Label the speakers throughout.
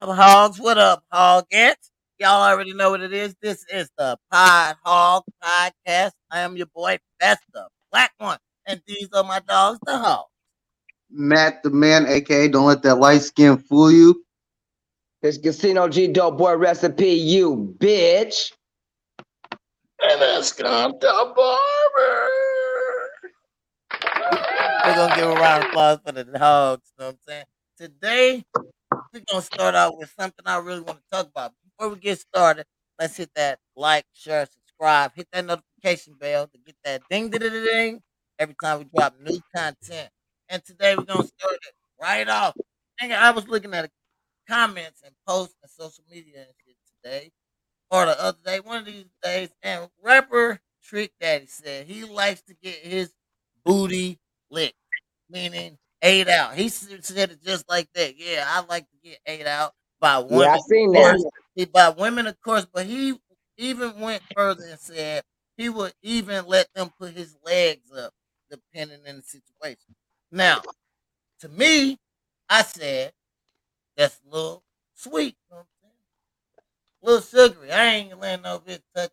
Speaker 1: Up hogs, what up, hoggets? Y'all already know what it is. This is the Pod Hog Podcast. I am your boy, Besta, Black One, and these are my dogs, the hogs.
Speaker 2: Matt the man, aka don't let that light skin fool you.
Speaker 3: It's Casino G Dope Boy Recipe, you bitch.
Speaker 4: And it's gone to barber.
Speaker 1: We're gonna give a round of applause for the hogs. You know what I'm saying? Today, we're gonna start out with something I really want to talk about. Before we get started, let's hit that like, share, subscribe, hit that notification bell to get that ding ding ding ding every time we drop new content. And today we're gonna start it right off. Nigga, I was looking at comments and posts and social media and shit today or the other day, one of these days, and rapper Trick Daddy said he likes to get his booty licked, meaning ate out. He s- said it just like that. Yeah, I like to get ate out by women.
Speaker 3: Yeah, I seen
Speaker 1: of
Speaker 3: that.
Speaker 1: course, he- by women, of course, but he even went further and said he would even let them put his legs up, depending on the situation. Now, to me, I said that's a little sweet. You know what I'm saying? little sugary. I ain't letting no bitch touch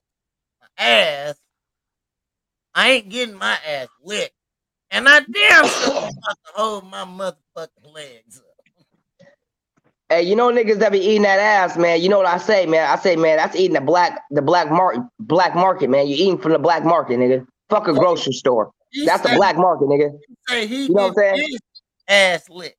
Speaker 1: my ass. I ain't getting my ass licked. And I damn sure about to hold my motherfucking legs up.
Speaker 3: Hey, you know niggas that be eating that ass, man. You know what I say, man? I say, man, that's eating the black, the black market, black market, man. You eating from the black market, nigga. Fuck a grocery store.
Speaker 1: He
Speaker 3: That's the
Speaker 1: said-
Speaker 3: black market, nigga.
Speaker 1: say he
Speaker 3: you know what
Speaker 1: get
Speaker 3: I'm saying?
Speaker 1: his ass licked.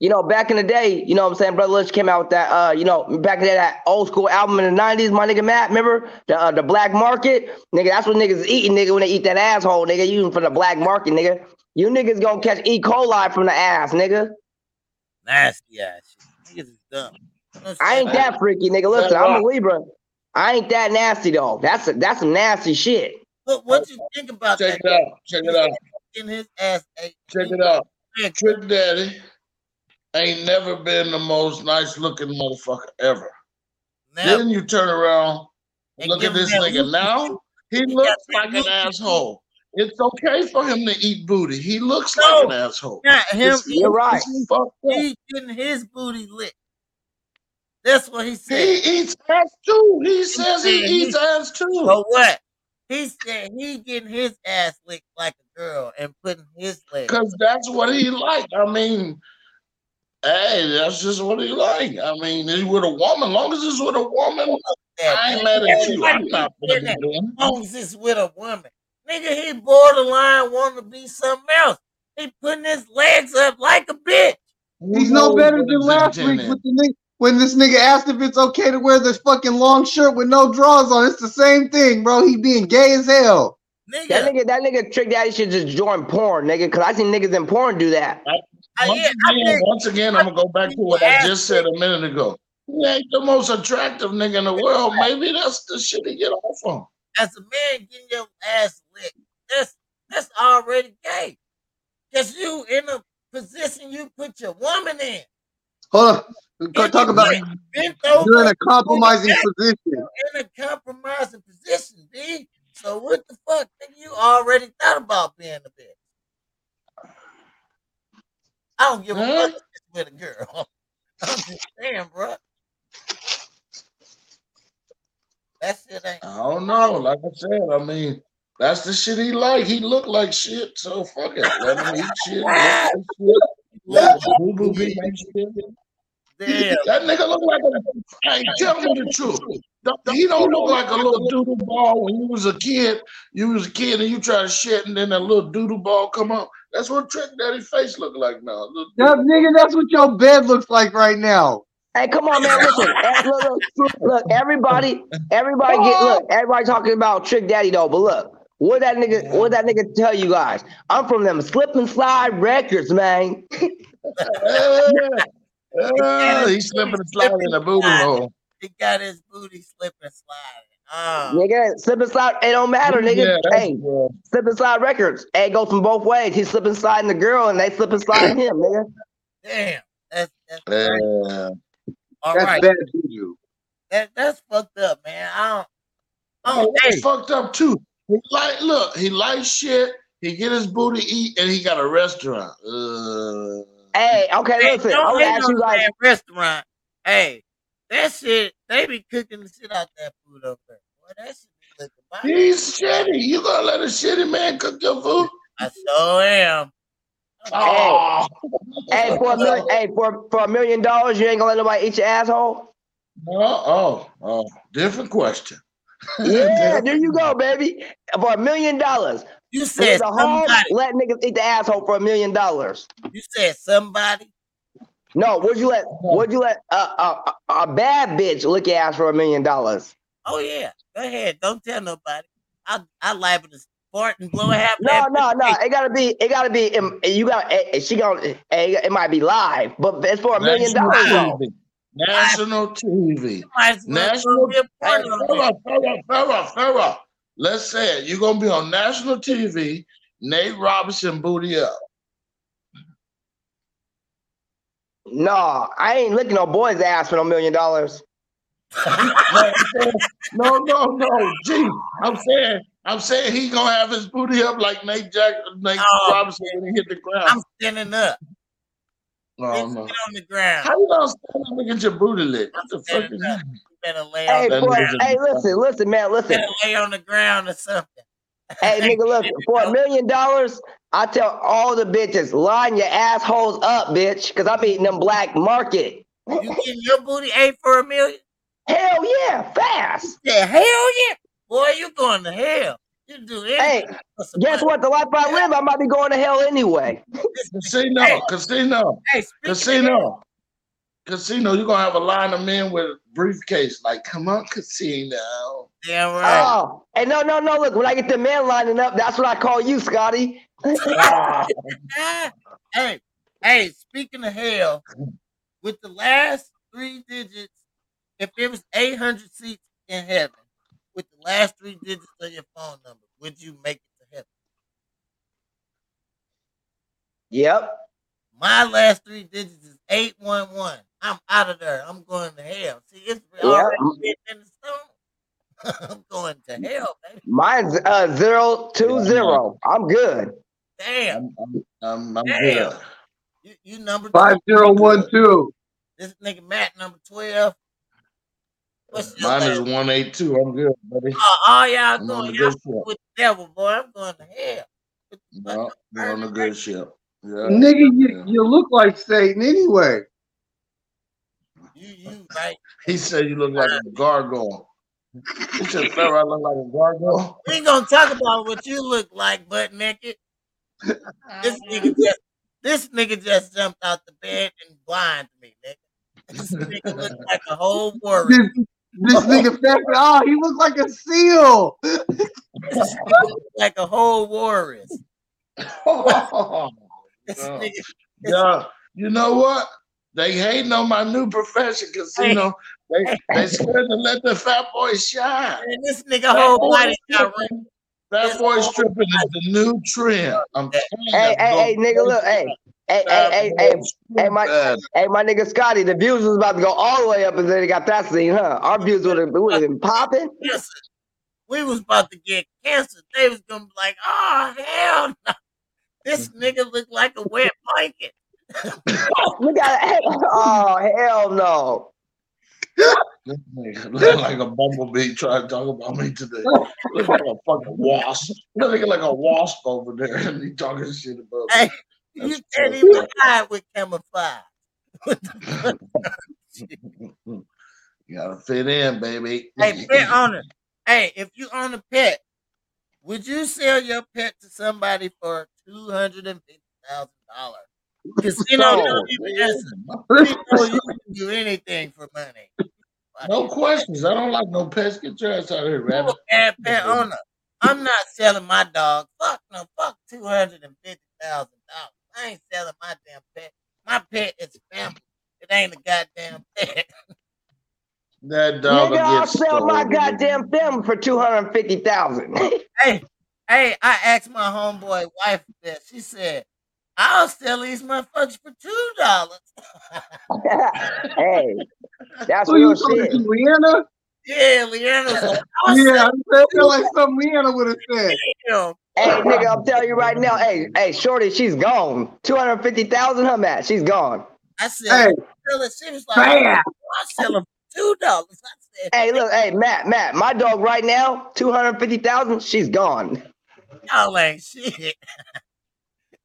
Speaker 3: You know, back in the day, you know what I'm saying? Brother Lynch came out with that, uh, you know, back in that old school album in the 90s, my nigga Matt, remember? The uh, the black market? Nigga, that's what niggas eating, nigga, when they eat that asshole, nigga. You from the black market, nigga. You niggas gonna catch E. coli from the ass, nigga.
Speaker 1: Nasty ass shit. Niggas is dumb. You know what I'm
Speaker 3: I
Speaker 1: saying?
Speaker 3: ain't that freaky, nigga. Listen, I'm a Libra. I ain't that nasty though. That's a, that's some nasty shit.
Speaker 1: What, what you think about
Speaker 4: Check
Speaker 1: that?
Speaker 4: it out. Check it out.
Speaker 1: Getting his ass ate.
Speaker 4: Check it out.
Speaker 1: Licked.
Speaker 4: Trick Daddy ain't never been the most nice looking motherfucker ever.
Speaker 1: Now,
Speaker 4: Then you turn around and
Speaker 1: And
Speaker 4: look
Speaker 1: give
Speaker 4: at
Speaker 1: him
Speaker 4: this
Speaker 1: that
Speaker 4: nigga
Speaker 1: look.
Speaker 4: now. He
Speaker 1: got
Speaker 4: looks
Speaker 1: that
Speaker 4: like an
Speaker 1: look.
Speaker 4: asshole. It's okay for him to eat booty. He looks
Speaker 1: No.
Speaker 4: like an asshole.
Speaker 1: not him.
Speaker 4: It's-
Speaker 3: You're right.
Speaker 4: it's fucked up.
Speaker 1: He getting his booty licked. That's what he said.
Speaker 4: He eats ass too. He says he
Speaker 1: Yeah, he- Oh.
Speaker 4: eats ass too.
Speaker 1: But what? He said he getting his ass licked like a girl and putting his leg.
Speaker 4: Because that's what he like. I mean, hey, that's just what he like. I mean, it's with a woman, long as it's with a woman, I ain't mad at you. I'm not gonna be doing it.
Speaker 1: Owns this with a woman. Nigga, he borderline want to be something else. He putting his legs up like a bitch. Oh,
Speaker 4: Who
Speaker 2: He's no
Speaker 4: knows
Speaker 2: better
Speaker 4: what
Speaker 2: than
Speaker 4: his
Speaker 2: last
Speaker 4: intent
Speaker 2: week
Speaker 4: is?
Speaker 2: with the nigga, when this nigga asked if it's okay to wear this fucking long shirt with no drawers on. It's the same thing, bro. He being gay as hell.
Speaker 1: Nigga,
Speaker 3: That nigga, that nigga trick daddy should just join porn, nigga. Cause I seen niggas in porn do that.
Speaker 1: I,
Speaker 4: Once
Speaker 1: yeah, I
Speaker 4: again,
Speaker 1: think
Speaker 4: once again, I'm gonna go back to what I just said a minute ago. He ain't the most attractive nigga in the world. Maybe that's the shit he get off on.
Speaker 1: as a man getting your ass licked, that's that's already gay. Cause you in a position you put your woman in.
Speaker 2: Hold on. Go- Talk about
Speaker 1: Bent
Speaker 2: you're in
Speaker 1: over
Speaker 2: a compromising position.
Speaker 1: in a compromising position, B. So what the fuck? Nigga, you already thought about being a bitch. I don't give a
Speaker 4: Huh?
Speaker 1: fuck if it's with a girl. I'm just saying, bro. That shit ain't.
Speaker 4: I don't know. Like I said, I mean, that's the shit he like. He look like shit, so fuck it. Let him eat shit. Look like shit. Let his boo-boo be like shit.
Speaker 1: Damn.
Speaker 4: That nigga look like a. Hey, tell me the truth. Don't- He don't look like a little doodle ball when you was a kid. You was a kid and you try to shit, and then that little doodle ball come up. That's what Trick Daddy face look like now. Little
Speaker 2: That nigga, that's what your bed looks like right now.
Speaker 3: Hey, come on, man. Listen, Eh, look, look, look, look, everybody, everybody get look, everybody talking about trick daddy though, but look. What that nigga, what that nigga tell you guys? I'm from them slip and slide records, man.
Speaker 4: doodle- Yeah, yeah, he slipping and sliding in the booty hole.
Speaker 1: He got his booty slipping sliding. Oh,
Speaker 3: Nigga, slip and slide, it don't matter,
Speaker 4: Mm, Yeah,
Speaker 3: nigga.
Speaker 4: that's
Speaker 3: hey,
Speaker 4: good.
Speaker 3: slip and slide records. Hey, it goes from both ways. He's slipping sliding the girl and they slipping sliding him, nigga.
Speaker 1: damn. That's, that's
Speaker 4: Yeah.
Speaker 1: all
Speaker 2: That's
Speaker 1: right.
Speaker 2: bad juju.
Speaker 1: That, that's fucked up, man. I
Speaker 4: Oh,
Speaker 1: don't. Oh,
Speaker 4: that's
Speaker 1: hey,
Speaker 4: fucked up too. He like, look, he likes shit. He get his booty eat, and he got a restaurant. Uh,
Speaker 3: Hey, okay,
Speaker 1: hey,
Speaker 3: listen.
Speaker 1: don't
Speaker 3: I'm
Speaker 1: hate
Speaker 3: gonna ask
Speaker 1: on
Speaker 3: you
Speaker 1: the
Speaker 3: guys.
Speaker 1: damn restaurant. Hey, that shit, they be cooking the shit out that food over there. Boy, that shit be looking bomb.
Speaker 4: He's shitty. You gonna let a shitty man cook your food?
Speaker 1: I sure am.
Speaker 4: Oh,
Speaker 3: Hey, for a million, hey, for, for a million dollars, you ain't gonna let nobody eat your asshole?
Speaker 4: oh, oh, different question.
Speaker 3: Yeah, there you go, baby. For a million dollars,
Speaker 1: You
Speaker 3: there's
Speaker 1: said
Speaker 3: a hard
Speaker 1: somebody.
Speaker 3: let niggas eat the asshole for a million dollars.
Speaker 1: You said somebody.
Speaker 3: No, would you let would you let a a, a a bad bitch lick your ass for a million dollars?
Speaker 1: Oh yeah. Go ahead. Don't tell nobody. I I liable to fart and blow a half.
Speaker 3: No,
Speaker 1: that
Speaker 3: no,
Speaker 1: bitch
Speaker 3: no.
Speaker 1: face.
Speaker 3: It gotta be it gotta be um, you got she gonna eh, it might be live, but it's for a million dollars though.
Speaker 4: TV. National TV.
Speaker 1: Might as well
Speaker 4: National.
Speaker 1: go be a
Speaker 4: Hey,
Speaker 1: porno bitch.
Speaker 4: Farrah, Farrah, Farrah, Farrah. Let's say it. You're gonna be on national TV. Nate Robinson booty up.
Speaker 3: No, I ain't licking no boy's ass for no million dollars.
Speaker 4: No, no, no. Gee, I'm saying, I'm saying he gonna have his booty up like Nate Jack, Nate
Speaker 1: Oh,
Speaker 4: Robinson when he hit the ground.
Speaker 1: I'm standing up.
Speaker 4: oh,
Speaker 1: Bitch,
Speaker 4: no.
Speaker 1: Get on the ground.
Speaker 4: How you gonna stand up and get your booty licked? What the fuck is that?
Speaker 1: You better lay
Speaker 3: Hey,
Speaker 1: on the
Speaker 4: That
Speaker 3: for,
Speaker 4: nigga's a-
Speaker 3: hey, listen, listen, man,
Speaker 1: you
Speaker 3: listen.
Speaker 1: better lay on the ground or something.
Speaker 3: Hey, nigga, listen, for a million dollars, I tell all the bitches, line your assholes up, bitch, because I'm eating them black market.
Speaker 1: You getting your booty ate for a million?
Speaker 3: Hell yeah, fast.
Speaker 1: Yeah, hell yeah. Boy, you going to hell. You do anything
Speaker 3: Hey,
Speaker 1: for some
Speaker 3: guess
Speaker 1: money.
Speaker 3: what? The life I live, I might be going to hell anyway.
Speaker 4: Casino,
Speaker 1: Hey.
Speaker 4: casino,
Speaker 1: Hey, speaking of
Speaker 4: casino, casino. You're gonna have a line of men with briefcase. Like, come on, casino.
Speaker 1: Damn right.
Speaker 3: Oh, hey, no, no, no. Look, when I get the men lining up, that's what I call you, Scotty.
Speaker 4: Ah,
Speaker 1: Ah, hey, hey, speaking of hell, with the last three digits, if it was 800 seats in heaven, with the last three digits of your phone number, would you make it to heaven?
Speaker 3: Yep.
Speaker 1: My last three digits is 811. I'm out of there. I'm going to hell. See, it's already written in the stone. I'm going to hell, baby.
Speaker 3: Mine's uh zero two zero. I'm good.
Speaker 1: Damn.
Speaker 4: I'm, I'm, I'm, I'm
Speaker 1: Damn.
Speaker 4: good.
Speaker 1: You, you number
Speaker 2: Five
Speaker 1: 12.
Speaker 2: zero one two.
Speaker 1: This nigga Matt, number 12. What's your
Speaker 4: Mine
Speaker 1: last
Speaker 4: is one eight two. I'm good, buddy.
Speaker 1: Oh, all y'all
Speaker 4: I'm on
Speaker 1: going
Speaker 4: the
Speaker 1: y'all
Speaker 4: good ship.
Speaker 1: with the devil, boy. I'm going to hell.
Speaker 4: No, we're on the good ship. Yeah.
Speaker 2: Nigga,
Speaker 4: Yeah.
Speaker 2: you, you look like Satan anyway.
Speaker 1: You you right.
Speaker 4: He said you look like a gargoyle. He said, Pharaoh, I look like a gargoyle.
Speaker 1: We ain't gonna talk about what you look like, butt naked. This nigga just this nigga just jumped out the bed and blinded me, nigga. This nigga look like a whole warrior.
Speaker 2: This, this nigga fat. Oh, he looked like a seal.
Speaker 1: This nigga look like a whole warrior. This
Speaker 4: Oh.
Speaker 1: nigga this,
Speaker 4: Yeah, you know what? They hating on my new profession casino. They they scared to let the fat boy shine.
Speaker 1: man, this nigga
Speaker 4: Fat
Speaker 1: whole
Speaker 4: boy
Speaker 1: body got red.
Speaker 4: stripping, fat
Speaker 1: His
Speaker 4: boy
Speaker 1: whole
Speaker 4: stripping is the new trend. I'm
Speaker 1: Hey,
Speaker 3: Hey,
Speaker 4: telling you,
Speaker 3: hey, hey, nigga, look, hey, hey, hey,
Speaker 4: fat
Speaker 3: hey,
Speaker 4: boy
Speaker 3: hey, hey,
Speaker 4: stripping.
Speaker 3: my hey, my nigga Scotty, the views was about to go all the way up and then they got that scene, huh? Our views would have been popping.
Speaker 1: cancer. We was about to get cancer. They was gonna be like, oh hell no. This nigga look like a wet blanket.
Speaker 3: We got hey, oh hell no.
Speaker 4: This nigga look like a bumblebee trying to talk about me today. Look like a fucking wasp. Look like a wasp over there, and he talking shit about me.
Speaker 1: Hey, you
Speaker 4: That's
Speaker 1: can't
Speaker 4: true.
Speaker 1: even hide with camouflage.
Speaker 4: you gotta fit in, baby.
Speaker 1: Hey, pet owner. Hey, if you own a pet, would you sell your pet to somebody for two hundred and fifty thousand dollars? Casino don't
Speaker 3: No.
Speaker 4: Oh,
Speaker 1: even answer. She know you can do anything for money. Fuck
Speaker 4: No
Speaker 1: it.
Speaker 4: questions. I don't like no pets. Get your ass out of here,
Speaker 1: You a
Speaker 4: rabbit.
Speaker 1: bad pet owner. I'm not selling my dog. Fuck no. Fuck two hundred and fifty thousand dollars. I ain't selling my damn pet. My pet is family. It ain't a goddamn pet.
Speaker 4: That dog
Speaker 3: Nigga,
Speaker 4: will
Speaker 3: I'll
Speaker 4: get
Speaker 3: sell my
Speaker 4: stolen.
Speaker 3: goddamn film for two hundred and fifty thousand.
Speaker 1: hey, hey, I asked my homeboy wife that. She said, I'll sell these motherfuckers for two dollars.
Speaker 3: hey, that's
Speaker 2: Who you
Speaker 3: real
Speaker 2: talking
Speaker 3: shit.
Speaker 2: to, Leanna?
Speaker 1: yeah, Leanna was like, I'll
Speaker 2: Yeah,
Speaker 1: sell
Speaker 2: I feel feel like something Leanna would have said.
Speaker 1: them.
Speaker 3: Hey, nigga, I'm telling you right now. Hey, hey, Shorty, she's gone. Two hundred fifty thousand, her mat, she's gone.
Speaker 1: I said,
Speaker 2: Hey,
Speaker 1: "Really?" she was like,
Speaker 2: bam.
Speaker 1: I sell them two dollars. I said,
Speaker 3: Hey, look, hey, Matt, Matt, my dog right now, 250,000, she's gone.
Speaker 1: y'all ain't shit.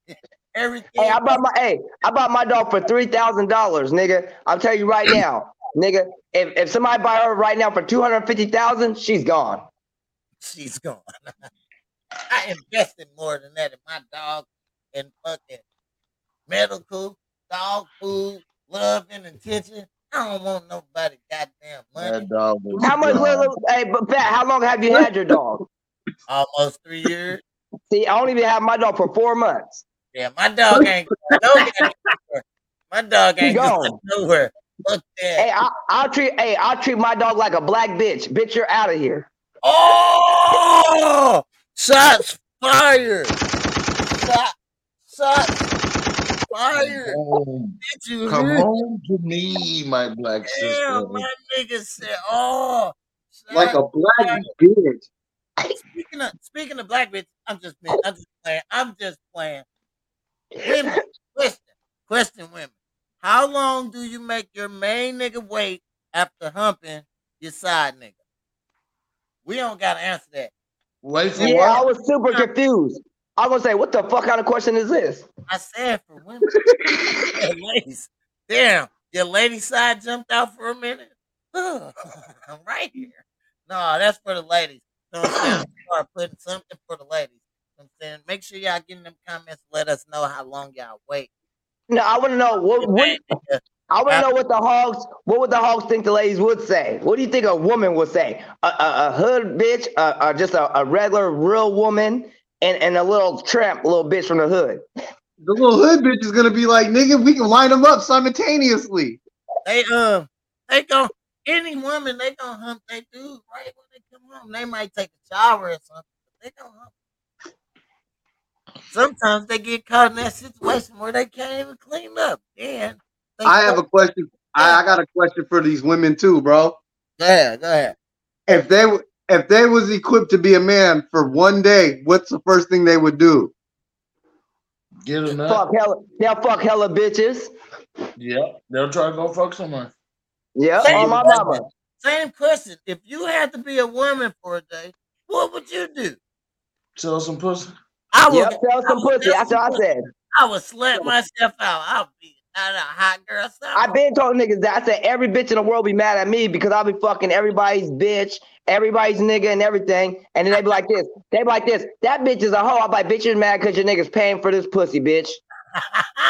Speaker 1: Everything.
Speaker 3: Hey, I bought my hey, I bought my dog for three thousand dollars, nigga. I'll tell you right now, nigga. If if somebody buy her right now for two hundred fifty thousand, she's gone.
Speaker 1: she's gone. I invested more than that in my dog and fucking medical, dog food, love and attention. I don't want nobody goddamn money.
Speaker 4: That dog was
Speaker 3: How much?
Speaker 4: gone.
Speaker 3: Look, look, hey, but Pat, how long have you had your dog?
Speaker 1: Almost three years.
Speaker 3: See, I don't even have my dog for four months.
Speaker 1: Yeah, my dog ain't going no goddamn nowhere. My dog ain't going
Speaker 3: gone.
Speaker 1: nowhere. Fuck that.
Speaker 3: Hey, I, I'll treat hey, I'll treat my dog like a black bitch. Bitch, you're out of here.
Speaker 1: Oh! Shots fired! Shot, shots fired!
Speaker 4: Come
Speaker 1: Did you
Speaker 4: come
Speaker 1: hear?
Speaker 4: home to me, my black sister.
Speaker 1: Damn, my nigga said, oh! Shots.
Speaker 2: Like a black bitch.
Speaker 1: speaking of speaking of black bitch, I'm just man, I'm just playing. I'm just playing. Women, question, question, women. How long do you make your main nigga wait after humping your side nigga? We don't gotta answer that.
Speaker 4: Wait for
Speaker 3: Yeah, I
Speaker 4: what?
Speaker 3: was super confused. I was gonna say, what the fuck kind of question is this?
Speaker 1: I said for women. Yeah, ladies. Damn, your lady side jumped out for a minute. Ugh, I'm right here. No, that's for the ladies. You know what I'm saying? Start putting something for the ladies. You know what I'm saying, make sure y'all get in them comments. Let us know how long y'all wait.
Speaker 3: No, I want to know what, what I want to know what the hogs what would the hogs think the ladies would say. What do you think a woman would say? A, a, a hood bitch, uh, uh, just a, a regular real woman, and, and a little tramp, little bitch from the hood.
Speaker 2: The little hood bitch is gonna be like, nigga, we can line them up simultaneously.
Speaker 1: They um, they gon' any woman they gonna hump they dude right when they come home. They might take a shower or something. But they gonna hump. Sometimes they get caught in that situation where they can't even clean up. Then they
Speaker 2: I have a question. I, I got a question for these women too, bro.
Speaker 1: go ahead, go ahead.
Speaker 2: If they w- if they was equipped to be a man for one day, what's the first thing they would do?
Speaker 4: Get a nut.
Speaker 3: Fuck hella, they'll fuck hella bitches.
Speaker 4: Yep. They'll try to go fuck someone.
Speaker 3: Yeah,
Speaker 1: Same
Speaker 3: on my
Speaker 1: question.
Speaker 3: mama.
Speaker 1: Same question. If you had to be a woman for a day, what would you do?
Speaker 4: Sell some pussy.
Speaker 1: I would.
Speaker 3: Yep, sell some pussy. That's what I said.
Speaker 1: I would slap myself out. I would be not a hot girl.
Speaker 3: I've been told niggas that I said every bitch in the world be mad at me because I'll be fucking everybody's bitch, everybody's nigga and everything. And then they be like this. They be like this. That bitch is a hoe. I'm like, bitch, you're mad because your niggas paying for this pussy, bitch.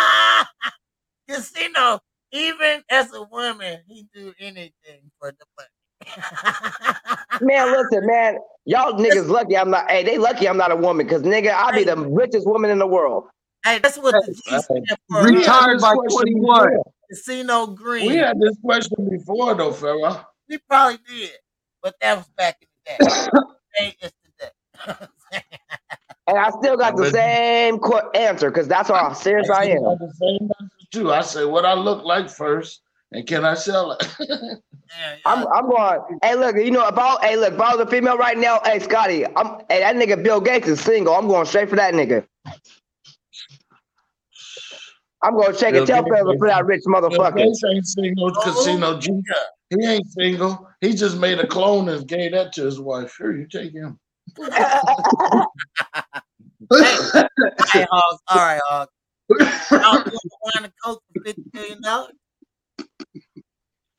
Speaker 1: Casino. Even as a woman, he do anything for the money.
Speaker 3: Man, listen, man. Y'all niggas lucky I'm not. Hey, they lucky I'm not a woman because nigga, I'll be the richest woman in the world.
Speaker 1: hey, that's what the G
Speaker 4: Hey,
Speaker 1: stand for.
Speaker 4: We
Speaker 1: huh?
Speaker 4: had
Speaker 2: Retired
Speaker 4: this
Speaker 2: by
Speaker 4: question
Speaker 2: 21.
Speaker 4: before.
Speaker 1: Casino Green.
Speaker 4: We had this question before, though, fella.
Speaker 1: We probably did, but that was back in the day. Today is today.
Speaker 3: And I still got the
Speaker 4: But-
Speaker 3: same qu- answer because that's how
Speaker 4: I
Speaker 3: serious I
Speaker 4: still
Speaker 3: am.
Speaker 4: got the same message, too. I say what I look like first, and can I sell it?
Speaker 1: Damn,
Speaker 3: I'm
Speaker 1: y'all.
Speaker 3: I'm going. Hey, look, you know about. Hey, look, if I was a female right now, hey Scotty, I'm. Hey, that nigga Bill Gates is single. I'm going straight for that nigga. I'm going to shake
Speaker 4: Bill
Speaker 3: a tail
Speaker 4: Gates
Speaker 3: feather for that rich
Speaker 4: Bill
Speaker 3: motherfucker.
Speaker 4: Gates ain't single.
Speaker 1: Oh,
Speaker 4: Casino G.
Speaker 1: yeah.
Speaker 4: He ain't single. He just made a clone and gave that to his wife. Here, you take him.
Speaker 1: All right, Hogs. All right, Hogs. Y'all doing wine and coke for fifty million dollars?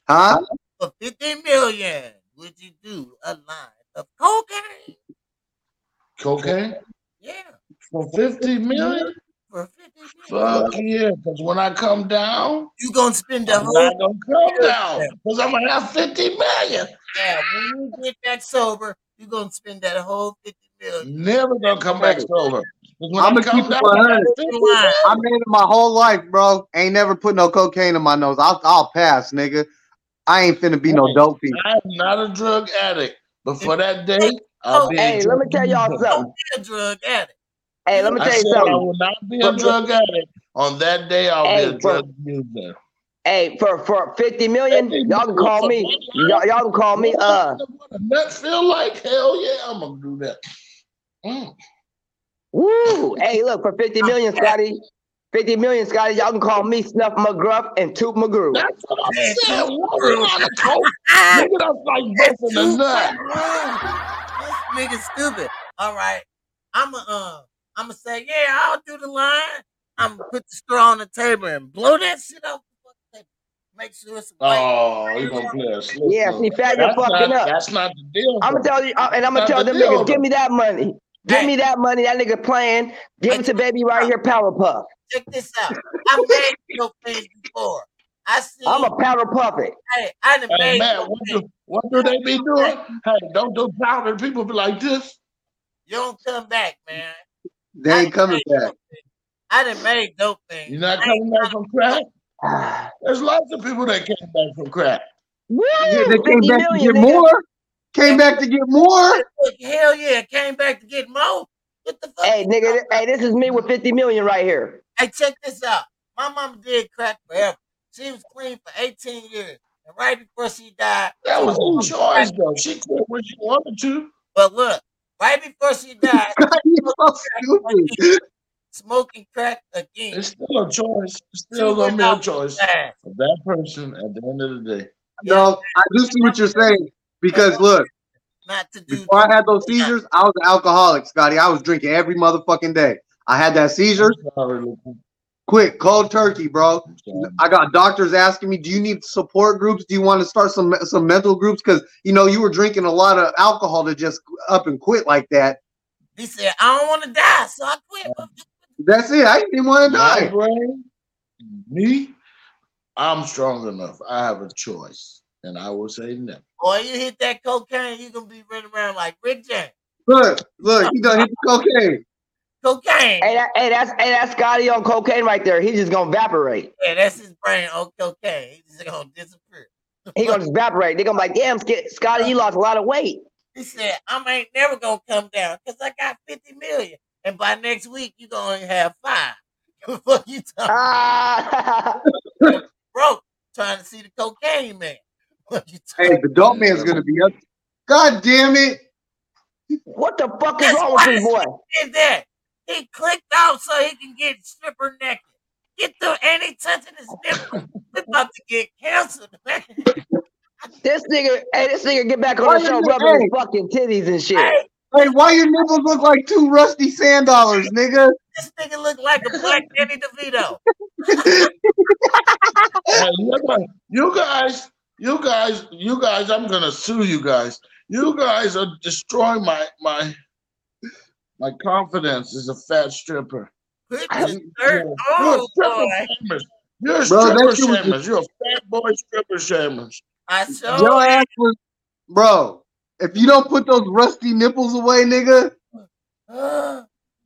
Speaker 2: huh?
Speaker 1: For fifty million, would you do a line of cocaine?
Speaker 4: Cocaine
Speaker 1: Yeah,
Speaker 4: for fifty million.
Speaker 1: for fifty million.
Speaker 4: Fuck yeah! Because when I come down,
Speaker 1: You gonna spend the
Speaker 4: I'm
Speaker 1: whole
Speaker 4: not gonna come down. Because I'm gonna have fifty million.
Speaker 1: yeah. When you get back sober, you gonna spend that whole fifty million.
Speaker 4: Never gonna come back sober. 'Cause when
Speaker 2: I'ma
Speaker 4: I come
Speaker 2: keep it
Speaker 4: down,
Speaker 2: 100.
Speaker 4: I got 50
Speaker 1: Your line.
Speaker 2: I made it my whole life, bro. Ain't never put no cocaine in my nose. I'll, I'll pass, nigga. I ain't finna be no
Speaker 4: Hey,
Speaker 2: dope fiend.
Speaker 4: I'm not a drug addict, but for that day, I'll be. a
Speaker 3: Hey, let me
Speaker 4: drug
Speaker 3: tell y'all
Speaker 4: user.
Speaker 1: Don't be
Speaker 3: something.
Speaker 1: a drug addict.
Speaker 3: Hey, let me
Speaker 4: I
Speaker 3: tell you
Speaker 4: said I
Speaker 3: something.
Speaker 4: will not be a
Speaker 3: But-
Speaker 4: drug addict. On that day, I'll
Speaker 3: Hey,
Speaker 4: be a
Speaker 3: but-
Speaker 4: drug user.
Speaker 3: Hey, for for fifty million, y'all can call me. Y'all, y'all can call me. Uh,
Speaker 4: what a nut feel like? Hell yeah, I'm gonna do that. Mm.
Speaker 3: woo. Hey, look for fifty million, Scotty. 50 million, Scotty. Y'all can call me Snuff McGruff and Toot McGrew.
Speaker 4: That's what I'm
Speaker 1: Man,
Speaker 4: saying.
Speaker 1: Toot
Speaker 4: One
Speaker 1: McGrew.
Speaker 4: lot of coke.
Speaker 1: Ah,
Speaker 4: Nigga, that's like busting the
Speaker 1: Toot
Speaker 4: nut.
Speaker 1: McGrew. This nigga stupid. All right. I'm going uh, I'm gonna say, yeah, I'll do the line. I'm gonna put the straw on the table and blow that shit off the fucking table. Make sure it's white.
Speaker 4: Oh, you gonna play a slick
Speaker 3: Yeah,
Speaker 4: one.
Speaker 3: see, fat, you're
Speaker 4: That's
Speaker 3: fucking
Speaker 4: not,
Speaker 3: up.
Speaker 4: that's not the deal.
Speaker 3: I'm gonna tell you, uh, and I'm gonna
Speaker 4: That's
Speaker 3: tell
Speaker 4: the
Speaker 3: them niggas,
Speaker 4: deal,
Speaker 3: give me that money. Give
Speaker 1: Hey.
Speaker 3: me that money. That nigga playing. Give it to baby right here, Powerpuff.
Speaker 1: Check this out. I made your things before. I see.
Speaker 3: I'm a powder puppet.
Speaker 1: hey, I done
Speaker 4: Hey,
Speaker 1: made
Speaker 4: man,
Speaker 1: your
Speaker 4: what
Speaker 1: things.
Speaker 4: do, what do they be doing? Hey, don't do powder. People be like this.
Speaker 1: You don't come back, man.
Speaker 2: They ain't coming back.
Speaker 1: I done made dope things.
Speaker 4: You're not coming back from crack? There's lots of people that came back from crack.
Speaker 3: Woo!
Speaker 2: Yeah, they came
Speaker 3: 50
Speaker 2: back to
Speaker 3: million,
Speaker 2: get
Speaker 3: nigga.
Speaker 2: more. Came back to get more.
Speaker 1: Look, hell yeah, came back to get more. What the fuck?
Speaker 3: Hey, nigga, th- hey, this is me with 50 million right here.
Speaker 1: Hey, check this out. My mama did crack forever. She was clean for 18 years. And right before she died,
Speaker 4: That was
Speaker 1: Oh,
Speaker 4: a choice, though. She quit when she wanted to.
Speaker 1: but look, right before she died,
Speaker 2: You're so stupid.
Speaker 1: smoking crack again.
Speaker 4: It's still a choice. It's still gonna be a choice
Speaker 1: Died.
Speaker 4: for that person at the end of the day.
Speaker 2: No, I do see what you're saying because look,
Speaker 1: Not to do
Speaker 2: before I had those seizures, I was an alcoholic, Scotty. I was drinking every motherfucking day. I had that seizure.
Speaker 4: I'm sorry, Luke.
Speaker 2: Quick, cold turkey, bro.
Speaker 4: I'm sorry.
Speaker 2: I got doctors asking me, "Do you need support groups? Do you want to start some some mental groups?" Because you know you were drinking a lot of alcohol to just up and quit like that.
Speaker 1: He said, I don't want to die, so I quit.
Speaker 2: That's it. I didn't want to
Speaker 4: My
Speaker 2: die.
Speaker 4: brain, me, I'm strong enough. I have a choice, and I will say no.
Speaker 1: Boy, you hit that cocaine, you going to be running around like Rick James.
Speaker 2: Look, look, he done hit the cocaine.
Speaker 1: Cocaine.
Speaker 3: Hey, that, hey, that's hey, that's Scotty on cocaine right there. He's just gonna evaporate.
Speaker 1: Yeah, that's his brain on cocaine. He's just gonna disappear.
Speaker 3: He gonna just evaporate. They gonna be like, damn, Sc- Scotty, you lost a lot of weight.
Speaker 1: He said, I ain't never gonna come down because I got 50 million. And by next week, you gonna only have five. The fuck you talking
Speaker 3: Ah,
Speaker 1: broke trying to see the cocaine man. What you
Speaker 2: Hey,
Speaker 1: talking
Speaker 2: the dope man's gonna be up. God damn it!
Speaker 3: what the fuck is wrong with this boy?
Speaker 1: is that? He clicked off so he can get stripper naked. Get the and he touching his nipple. We're about to get canceled, man.
Speaker 3: This nigga, hey, this nigga, get back on
Speaker 2: Why
Speaker 3: the
Speaker 2: you
Speaker 3: show,
Speaker 2: do-
Speaker 3: rubbing
Speaker 2: hey.
Speaker 3: his fucking titties and shit.
Speaker 1: Hey,
Speaker 2: Hey, why your nipples look like two rusty sand dollars, nigga?
Speaker 1: this nigga look like a black Danny DeVito.
Speaker 4: Hey, you guys- you guys, you guys, you guys, I'm gonna sue you guys. You guys are destroying my my my confidence as a fat stripper.
Speaker 1: Put
Speaker 4: I-
Speaker 1: your
Speaker 4: You're
Speaker 1: shirt
Speaker 4: a
Speaker 1: on,
Speaker 4: stripper
Speaker 1: Oh, boy.
Speaker 4: shamers. You're a
Speaker 2: Oh,
Speaker 4: stripper
Speaker 2: Bro, that shit was
Speaker 4: shamers. You're a fat boy stripper shamers.
Speaker 1: I sure
Speaker 2: Your
Speaker 1: am.
Speaker 2: ass was, bro. If you don't put those rusty nipples away, nigga,
Speaker 1: Uh,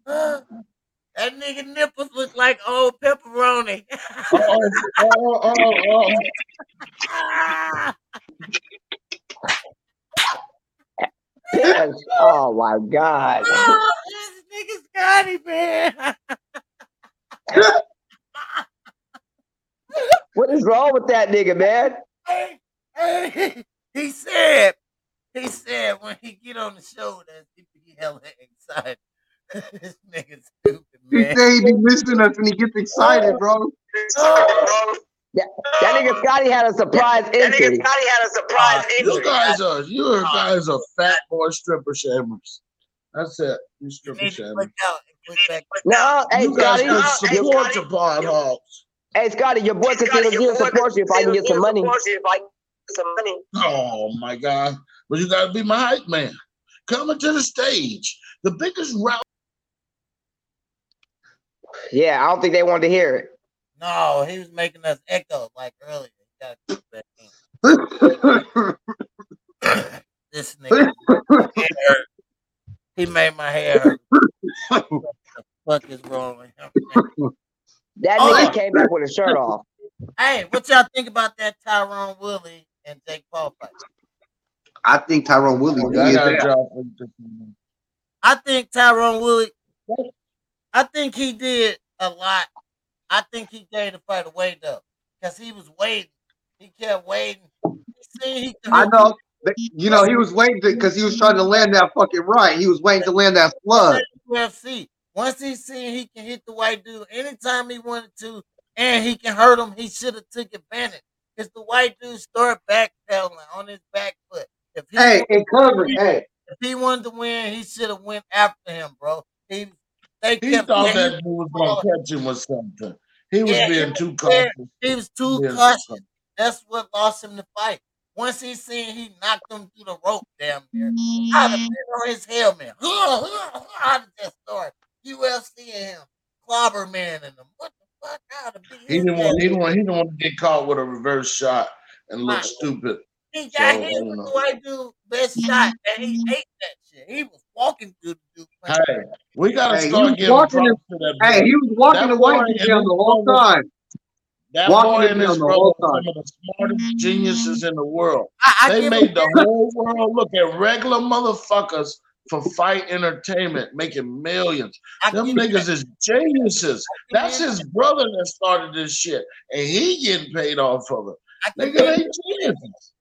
Speaker 1: uh, that nigga nipples look like old pepperoni.
Speaker 4: Oh, oh, oh, oh, oh.
Speaker 1: Ah!
Speaker 3: Oh my god.
Speaker 1: oh, this nigga Scotty, man.
Speaker 3: What is wrong with that nigga, man?
Speaker 1: Hey, hey, he said, he said when he get on the show that he be hella excited. this nigga stupid,
Speaker 2: he
Speaker 1: man.
Speaker 2: say he be missing us and he gets excited, bro.
Speaker 1: Oh,
Speaker 3: That nigga Scotty had a surprise entry.
Speaker 4: Uh,
Speaker 2: Ah,
Speaker 4: You guys are you
Speaker 1: Uh,
Speaker 4: guys are fat boy stripper shamers. That's it. You
Speaker 1: You
Speaker 4: stripper
Speaker 1: need to
Speaker 4: shamers.
Speaker 1: click out and click back.
Speaker 3: No, hey
Speaker 4: You guys
Speaker 3: Scotty,
Speaker 4: can
Speaker 3: your-
Speaker 4: support your pod hogs.
Speaker 3: hey Scotty, your boy considers you support you if I can get some money.
Speaker 4: Oh my god! But you gotta be my hype man. Coming to the stage, the biggest route.
Speaker 3: Yeah, I don't think they wanted to hear it.
Speaker 1: No, he was making us echo like earlier. You gotta click back in. this nigga, my head hurt. he made my hair hurt. Fuck is wrong with him? man?
Speaker 3: That
Speaker 1: Oh,
Speaker 3: nigga
Speaker 1: yeah.
Speaker 3: came back with his shirt off.
Speaker 1: Hey, what y'all think about that Tyrone Willie and Jake Paul fight?
Speaker 2: I think Tyrone Willie
Speaker 4: I
Speaker 2: did
Speaker 4: gotta
Speaker 2: that.
Speaker 4: drop it.
Speaker 1: I think Tyrone Willie. I think he did a lot. I think he gave the fight away though, cause he was waiting. He kept waiting. He seen he could
Speaker 2: I know. that- You know, he was waiting because he was trying to land that fucking right. He was waiting to land that slug.
Speaker 1: UFC. Once he seen he can hit the white dude anytime he wanted to, and he can hurt him, he should have took advantage. Because the white dude started backpedaling on his back foot. If he,
Speaker 2: Hey, and cover. Hey,
Speaker 1: if he wanted to win, he should have went after him, bro. He they
Speaker 4: He
Speaker 1: kept
Speaker 4: thought
Speaker 1: he-
Speaker 4: that dude was gonna catch him or something. He was
Speaker 1: Yeah, he
Speaker 4: being
Speaker 1: was
Speaker 4: too
Speaker 1: scared.
Speaker 4: cautious.
Speaker 1: He was too
Speaker 4: Yeah.
Speaker 1: cautious. That's what lost him the fight. Once he seen he knocked him through the rope damn near. I'd have been on his helmet. I'd have just started UFC him, clobber man in him. What the fuck? I'd have beat
Speaker 4: He
Speaker 1: his
Speaker 4: didn't
Speaker 1: ass.
Speaker 4: want. He didn't want. He didn't want to get caught with a reverse shot and look
Speaker 1: Right.
Speaker 4: stupid.
Speaker 1: He got
Speaker 4: So,
Speaker 1: hit
Speaker 4: you
Speaker 1: with
Speaker 4: know.
Speaker 1: the white dude best shot, and he ate that shit. He was walking through the dude.
Speaker 4: Hey, we gotta
Speaker 2: Hey, he was
Speaker 4: start giving props
Speaker 2: walking
Speaker 4: to that boy.
Speaker 2: hey, he was walking
Speaker 4: That
Speaker 2: the white
Speaker 4: boy
Speaker 2: dude
Speaker 4: and
Speaker 2: down
Speaker 4: his
Speaker 2: the whole
Speaker 4: brother-
Speaker 2: time.
Speaker 4: That
Speaker 2: Walking
Speaker 4: boy
Speaker 2: it
Speaker 4: and
Speaker 2: down
Speaker 4: his
Speaker 2: the
Speaker 4: brother
Speaker 2: whole
Speaker 4: are
Speaker 2: time.
Speaker 4: some of the smartest geniuses in the world.
Speaker 1: I, I
Speaker 4: They
Speaker 1: give
Speaker 4: made
Speaker 1: him
Speaker 4: the whole world look at regular motherfuckers for fight entertainment, making millions.
Speaker 1: I give
Speaker 4: Them
Speaker 1: him
Speaker 4: niggas is geniuses. That's his brother that started this shit, and he getting paid off of it.
Speaker 1: I give
Speaker 4: Nigga,
Speaker 1: him
Speaker 4: they geniuses.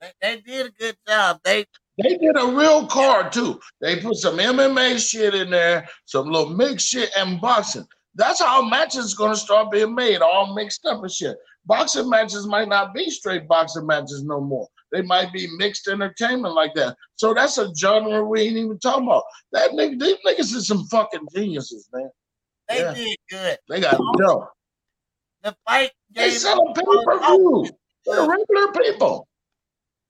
Speaker 1: they, they did a good job. They
Speaker 4: They did a real card too. They put some MMA shit in there, some little mixed shit, and boxing. That's how matches gonna start being made, all mixed up and shit. Boxing matches might not be straight boxing matches no more. They might be mixed entertainment like that. So that's a genre we ain't even talking about. That nigga, these niggas is some fucking geniuses, man.
Speaker 1: they
Speaker 4: Yeah.
Speaker 1: did good.
Speaker 4: They got dope.
Speaker 1: The fight
Speaker 4: They
Speaker 1: game.
Speaker 4: selling pay per view. They're regular people.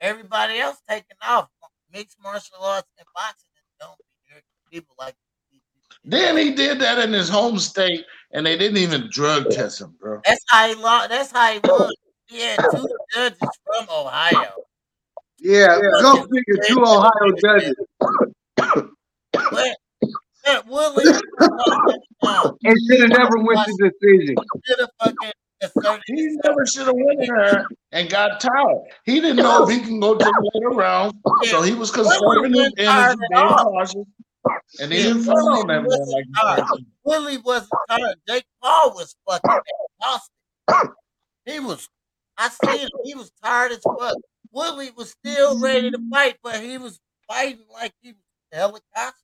Speaker 1: Everybody else taking off. Mixed martial arts and boxing don't be good. people like
Speaker 4: Then he did that in his home state, and they didn't even drug test him, bro.
Speaker 1: that's how he lost. That's how he won. He had two judges from Ohio.
Speaker 2: Yeah,
Speaker 1: Yeah.
Speaker 2: go figure. Two Ohio judges.
Speaker 1: But but Woodley should
Speaker 2: It should have never went to decision.
Speaker 1: have fucking asserted
Speaker 4: He
Speaker 1: himself.
Speaker 4: never should have went in there and got tired. He didn't know if he can go to the later round, so he was conserving his
Speaker 1: Wasn't tired
Speaker 4: energy,
Speaker 1: at
Speaker 4: being
Speaker 1: all.
Speaker 4: cautious, and he
Speaker 1: Yeah,
Speaker 4: didn't front on that man
Speaker 1: wasn't
Speaker 4: like
Speaker 1: tired.
Speaker 4: he did.
Speaker 1: Woodley wasn't tired. Jake Paul was fucking exhausted. He was, I see him. He was tired as fuck. Woodley was still ready to fight, but he was fighting like he was a helicopter.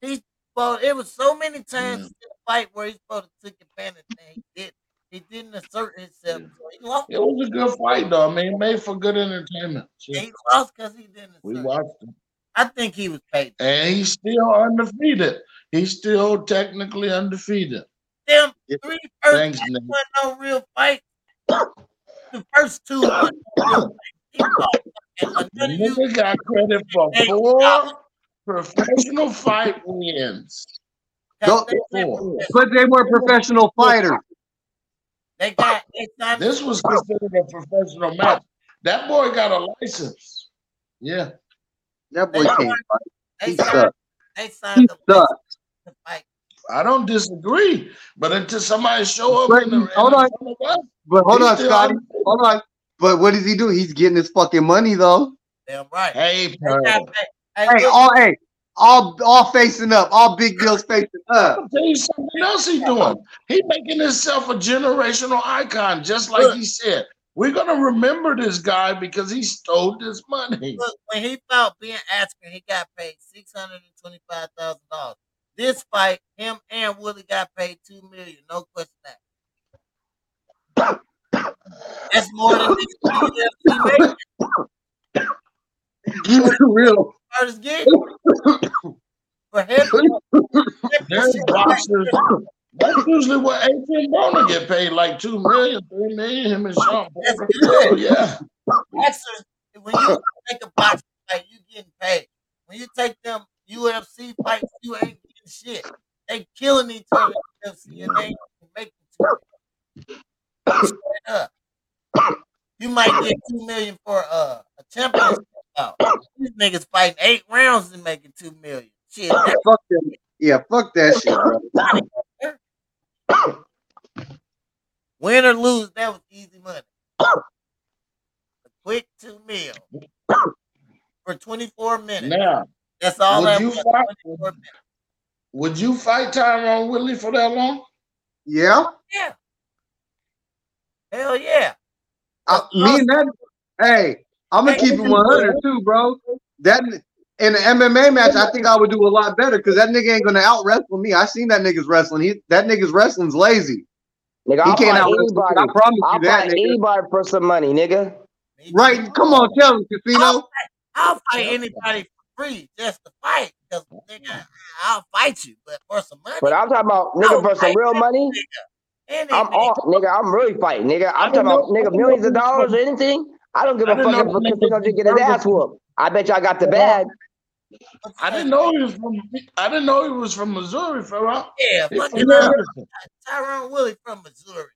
Speaker 1: He, well, it was so many times
Speaker 4: Yeah.
Speaker 1: in the fight where he supposed to took advantage and he did. He didn't assert himself.
Speaker 4: Yeah.
Speaker 1: So he lost.
Speaker 4: It was a good fight, though. I mean, it made for good entertainment. Shit,
Speaker 1: He lost because he didn't
Speaker 4: We
Speaker 1: assert.
Speaker 4: watched it.
Speaker 1: I think he was paid.
Speaker 4: And he's still undefeated. He's still technically undefeated.
Speaker 1: Them
Speaker 2: Yeah.
Speaker 1: three first
Speaker 4: Thanks, Nick.
Speaker 1: wasn't no real fight. The first two wasn't no real fight. He lost. And
Speaker 4: The
Speaker 1: none of you
Speaker 4: nigga got credit for
Speaker 1: Hey,
Speaker 4: four professional fight wins.
Speaker 1: because
Speaker 2: Go-
Speaker 1: they went
Speaker 4: Four.
Speaker 2: But they were professional fighters.
Speaker 1: They got they signed
Speaker 4: This was considered a professional match. That boy got a license. Yeah.
Speaker 2: That
Speaker 1: they
Speaker 2: boy
Speaker 1: signed,
Speaker 2: can't.
Speaker 1: they
Speaker 2: He
Speaker 1: signed,
Speaker 2: sucks.
Speaker 1: they
Speaker 2: He
Speaker 1: signed the
Speaker 2: sucks.
Speaker 1: to fight.
Speaker 4: I don't disagree, but until somebody show up in the, in the
Speaker 2: Hold on.
Speaker 4: front of us,
Speaker 2: But hold
Speaker 4: he's
Speaker 2: on,
Speaker 4: still
Speaker 2: Scotty.
Speaker 4: undefeated.
Speaker 2: Hold on. But what does he do? He's getting his fucking money though.
Speaker 1: Damn right.
Speaker 4: Hey, oh.
Speaker 1: They
Speaker 4: Pearl.
Speaker 1: got paid. Hey,
Speaker 2: Hey,
Speaker 1: look,
Speaker 2: all hey, all all facing up, all big deals facing up.
Speaker 4: I'll tell you something else he's doing. He making himself a generational icon, just like he said. We're gonna remember this guy because he stole this money.
Speaker 1: look, when he fought Ben Askren, he got paid six hundred and twenty-five thousand dollars. This fight, him and Willie got paid two million, no question. That. That's more than the UFC made
Speaker 2: Real.
Speaker 1: fighters get for him.
Speaker 4: There's boxers. That's usually what Adrian Broner get paid, like two million, three million. Him and Sean
Speaker 1: That's
Speaker 4: Porter.
Speaker 1: good.
Speaker 4: Yeah.
Speaker 1: boxers, when you take a boxing fight, you getting paid. When you take them UFC fights, you ain't getting shit. They killing each other in UFC and they ain't making too much up. You might get two million for uh, a championship bout. These niggas fighting eight rounds and making two million. Shit, that's
Speaker 2: Fuck that. Yeah, fuck that shit, bro.
Speaker 1: not it. Win or lose, that was easy money. A quick two mil for 24 minutes.
Speaker 4: Now,
Speaker 1: That's all
Speaker 4: would
Speaker 1: that
Speaker 4: you
Speaker 1: was.
Speaker 4: fight?
Speaker 1: 24 minutes.
Speaker 4: Would you fight Tyrone Woodley for that long?
Speaker 2: Yeah.
Speaker 1: Yeah. Hell yeah.
Speaker 2: I, me and that hey, I'm gonna keep it 100 too, bro. That in an MMA match, I think I would do a lot better because that nigga ain't gonna out wrestle me. I seen that nigga's wrestling. He that nigga's wrestling's lazy.
Speaker 3: Nigga,
Speaker 2: He
Speaker 3: I'll
Speaker 2: can't
Speaker 3: fight
Speaker 2: out wrestle. I
Speaker 3: anybody.
Speaker 2: promise
Speaker 3: I'll
Speaker 2: you that,
Speaker 3: fight
Speaker 2: nigga.
Speaker 3: anybody for some money, nigga.
Speaker 1: Me too.
Speaker 2: Right? Come on, tell him, Casino.
Speaker 1: I'll fight anybody for free just to fight. Because nigga, I'll fight you, but for some money.
Speaker 3: But I'm talking about nigga
Speaker 1: I'll
Speaker 3: for some
Speaker 1: fight
Speaker 3: real
Speaker 1: that
Speaker 3: money.
Speaker 1: nigga. Any
Speaker 3: I'm
Speaker 1: nigga.
Speaker 3: all nigga. I'm really fighting, nigga.
Speaker 4: I
Speaker 3: I'm talking
Speaker 4: didn't
Speaker 3: about
Speaker 4: know- I
Speaker 3: nigga
Speaker 4: didn't
Speaker 3: millions of
Speaker 4: know-
Speaker 3: dollars or anything. I don't give
Speaker 4: I
Speaker 3: a
Speaker 4: didn't
Speaker 3: fuck if
Speaker 4: know niggas
Speaker 3: Casino just get his
Speaker 4: was
Speaker 3: ass whooped. I bet y'all got the bag.
Speaker 1: What you
Speaker 4: I
Speaker 1: say?
Speaker 4: didn't know he was from. I didn't know he was from Missouri, fella.
Speaker 1: Yeah,
Speaker 4: He
Speaker 1: fucking
Speaker 4: from
Speaker 1: uh,
Speaker 4: Ferguson.
Speaker 1: Tyrone Willie from Missouri.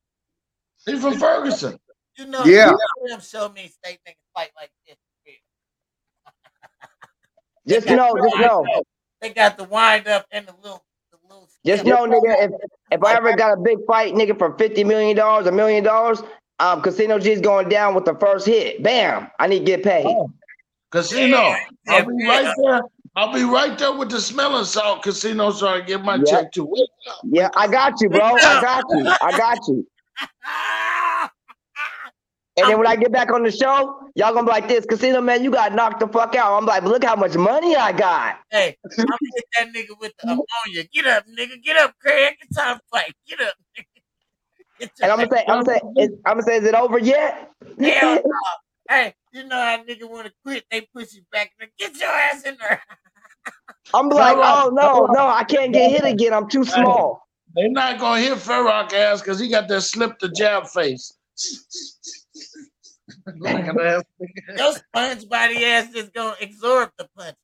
Speaker 4: He from Ferguson.
Speaker 1: You know,
Speaker 2: Yeah.
Speaker 1: you know him show me state niggas fight like this. for real. They
Speaker 3: Just
Speaker 1: got
Speaker 3: know,
Speaker 1: the
Speaker 3: just
Speaker 1: wind
Speaker 3: know,
Speaker 1: up- They got the wind up and the little, the little.
Speaker 3: just
Speaker 1: skip.
Speaker 3: know, nigga. If if I ever got a big fight, nigga, for fifty million dollars, a million dollars, um, Casino G's going down with the first hit. Bam! I need to get paid.
Speaker 4: Oh, Casino.
Speaker 1: Yeah,
Speaker 4: I'll be
Speaker 1: yeah.
Speaker 4: right there. I'll be right there with the smelling salt. Casino, so I get my
Speaker 3: Yep.
Speaker 4: check too. Wait,
Speaker 3: Yeah, I got you, bro. I got you. I got you.
Speaker 1: Ah!
Speaker 3: And then when I get back on the show, y'all gonna be like this, Casino man, you got knocked the fuck out. I'm like, look how much money I got.
Speaker 1: Hey, I'm gonna hit that nigga with the ammonia. Get up, nigga. Get up, Craig. It's time to fight. Get up, nigga. Get your
Speaker 3: And I'm gonna say, I'm gonna say, is- I'm gonna say, is it over yet?
Speaker 1: Hell no. Hey, you know how nigga wanna quit, they push you back and get your ass in there.
Speaker 3: I'm like,
Speaker 4: Alright.
Speaker 3: oh no, no, I can't get hit again. I'm too small.
Speaker 4: they're not gonna hit Ferrock ass because he got that slip the jab face. like an ass.
Speaker 1: Your sponge body ass is gonna absorb the punch.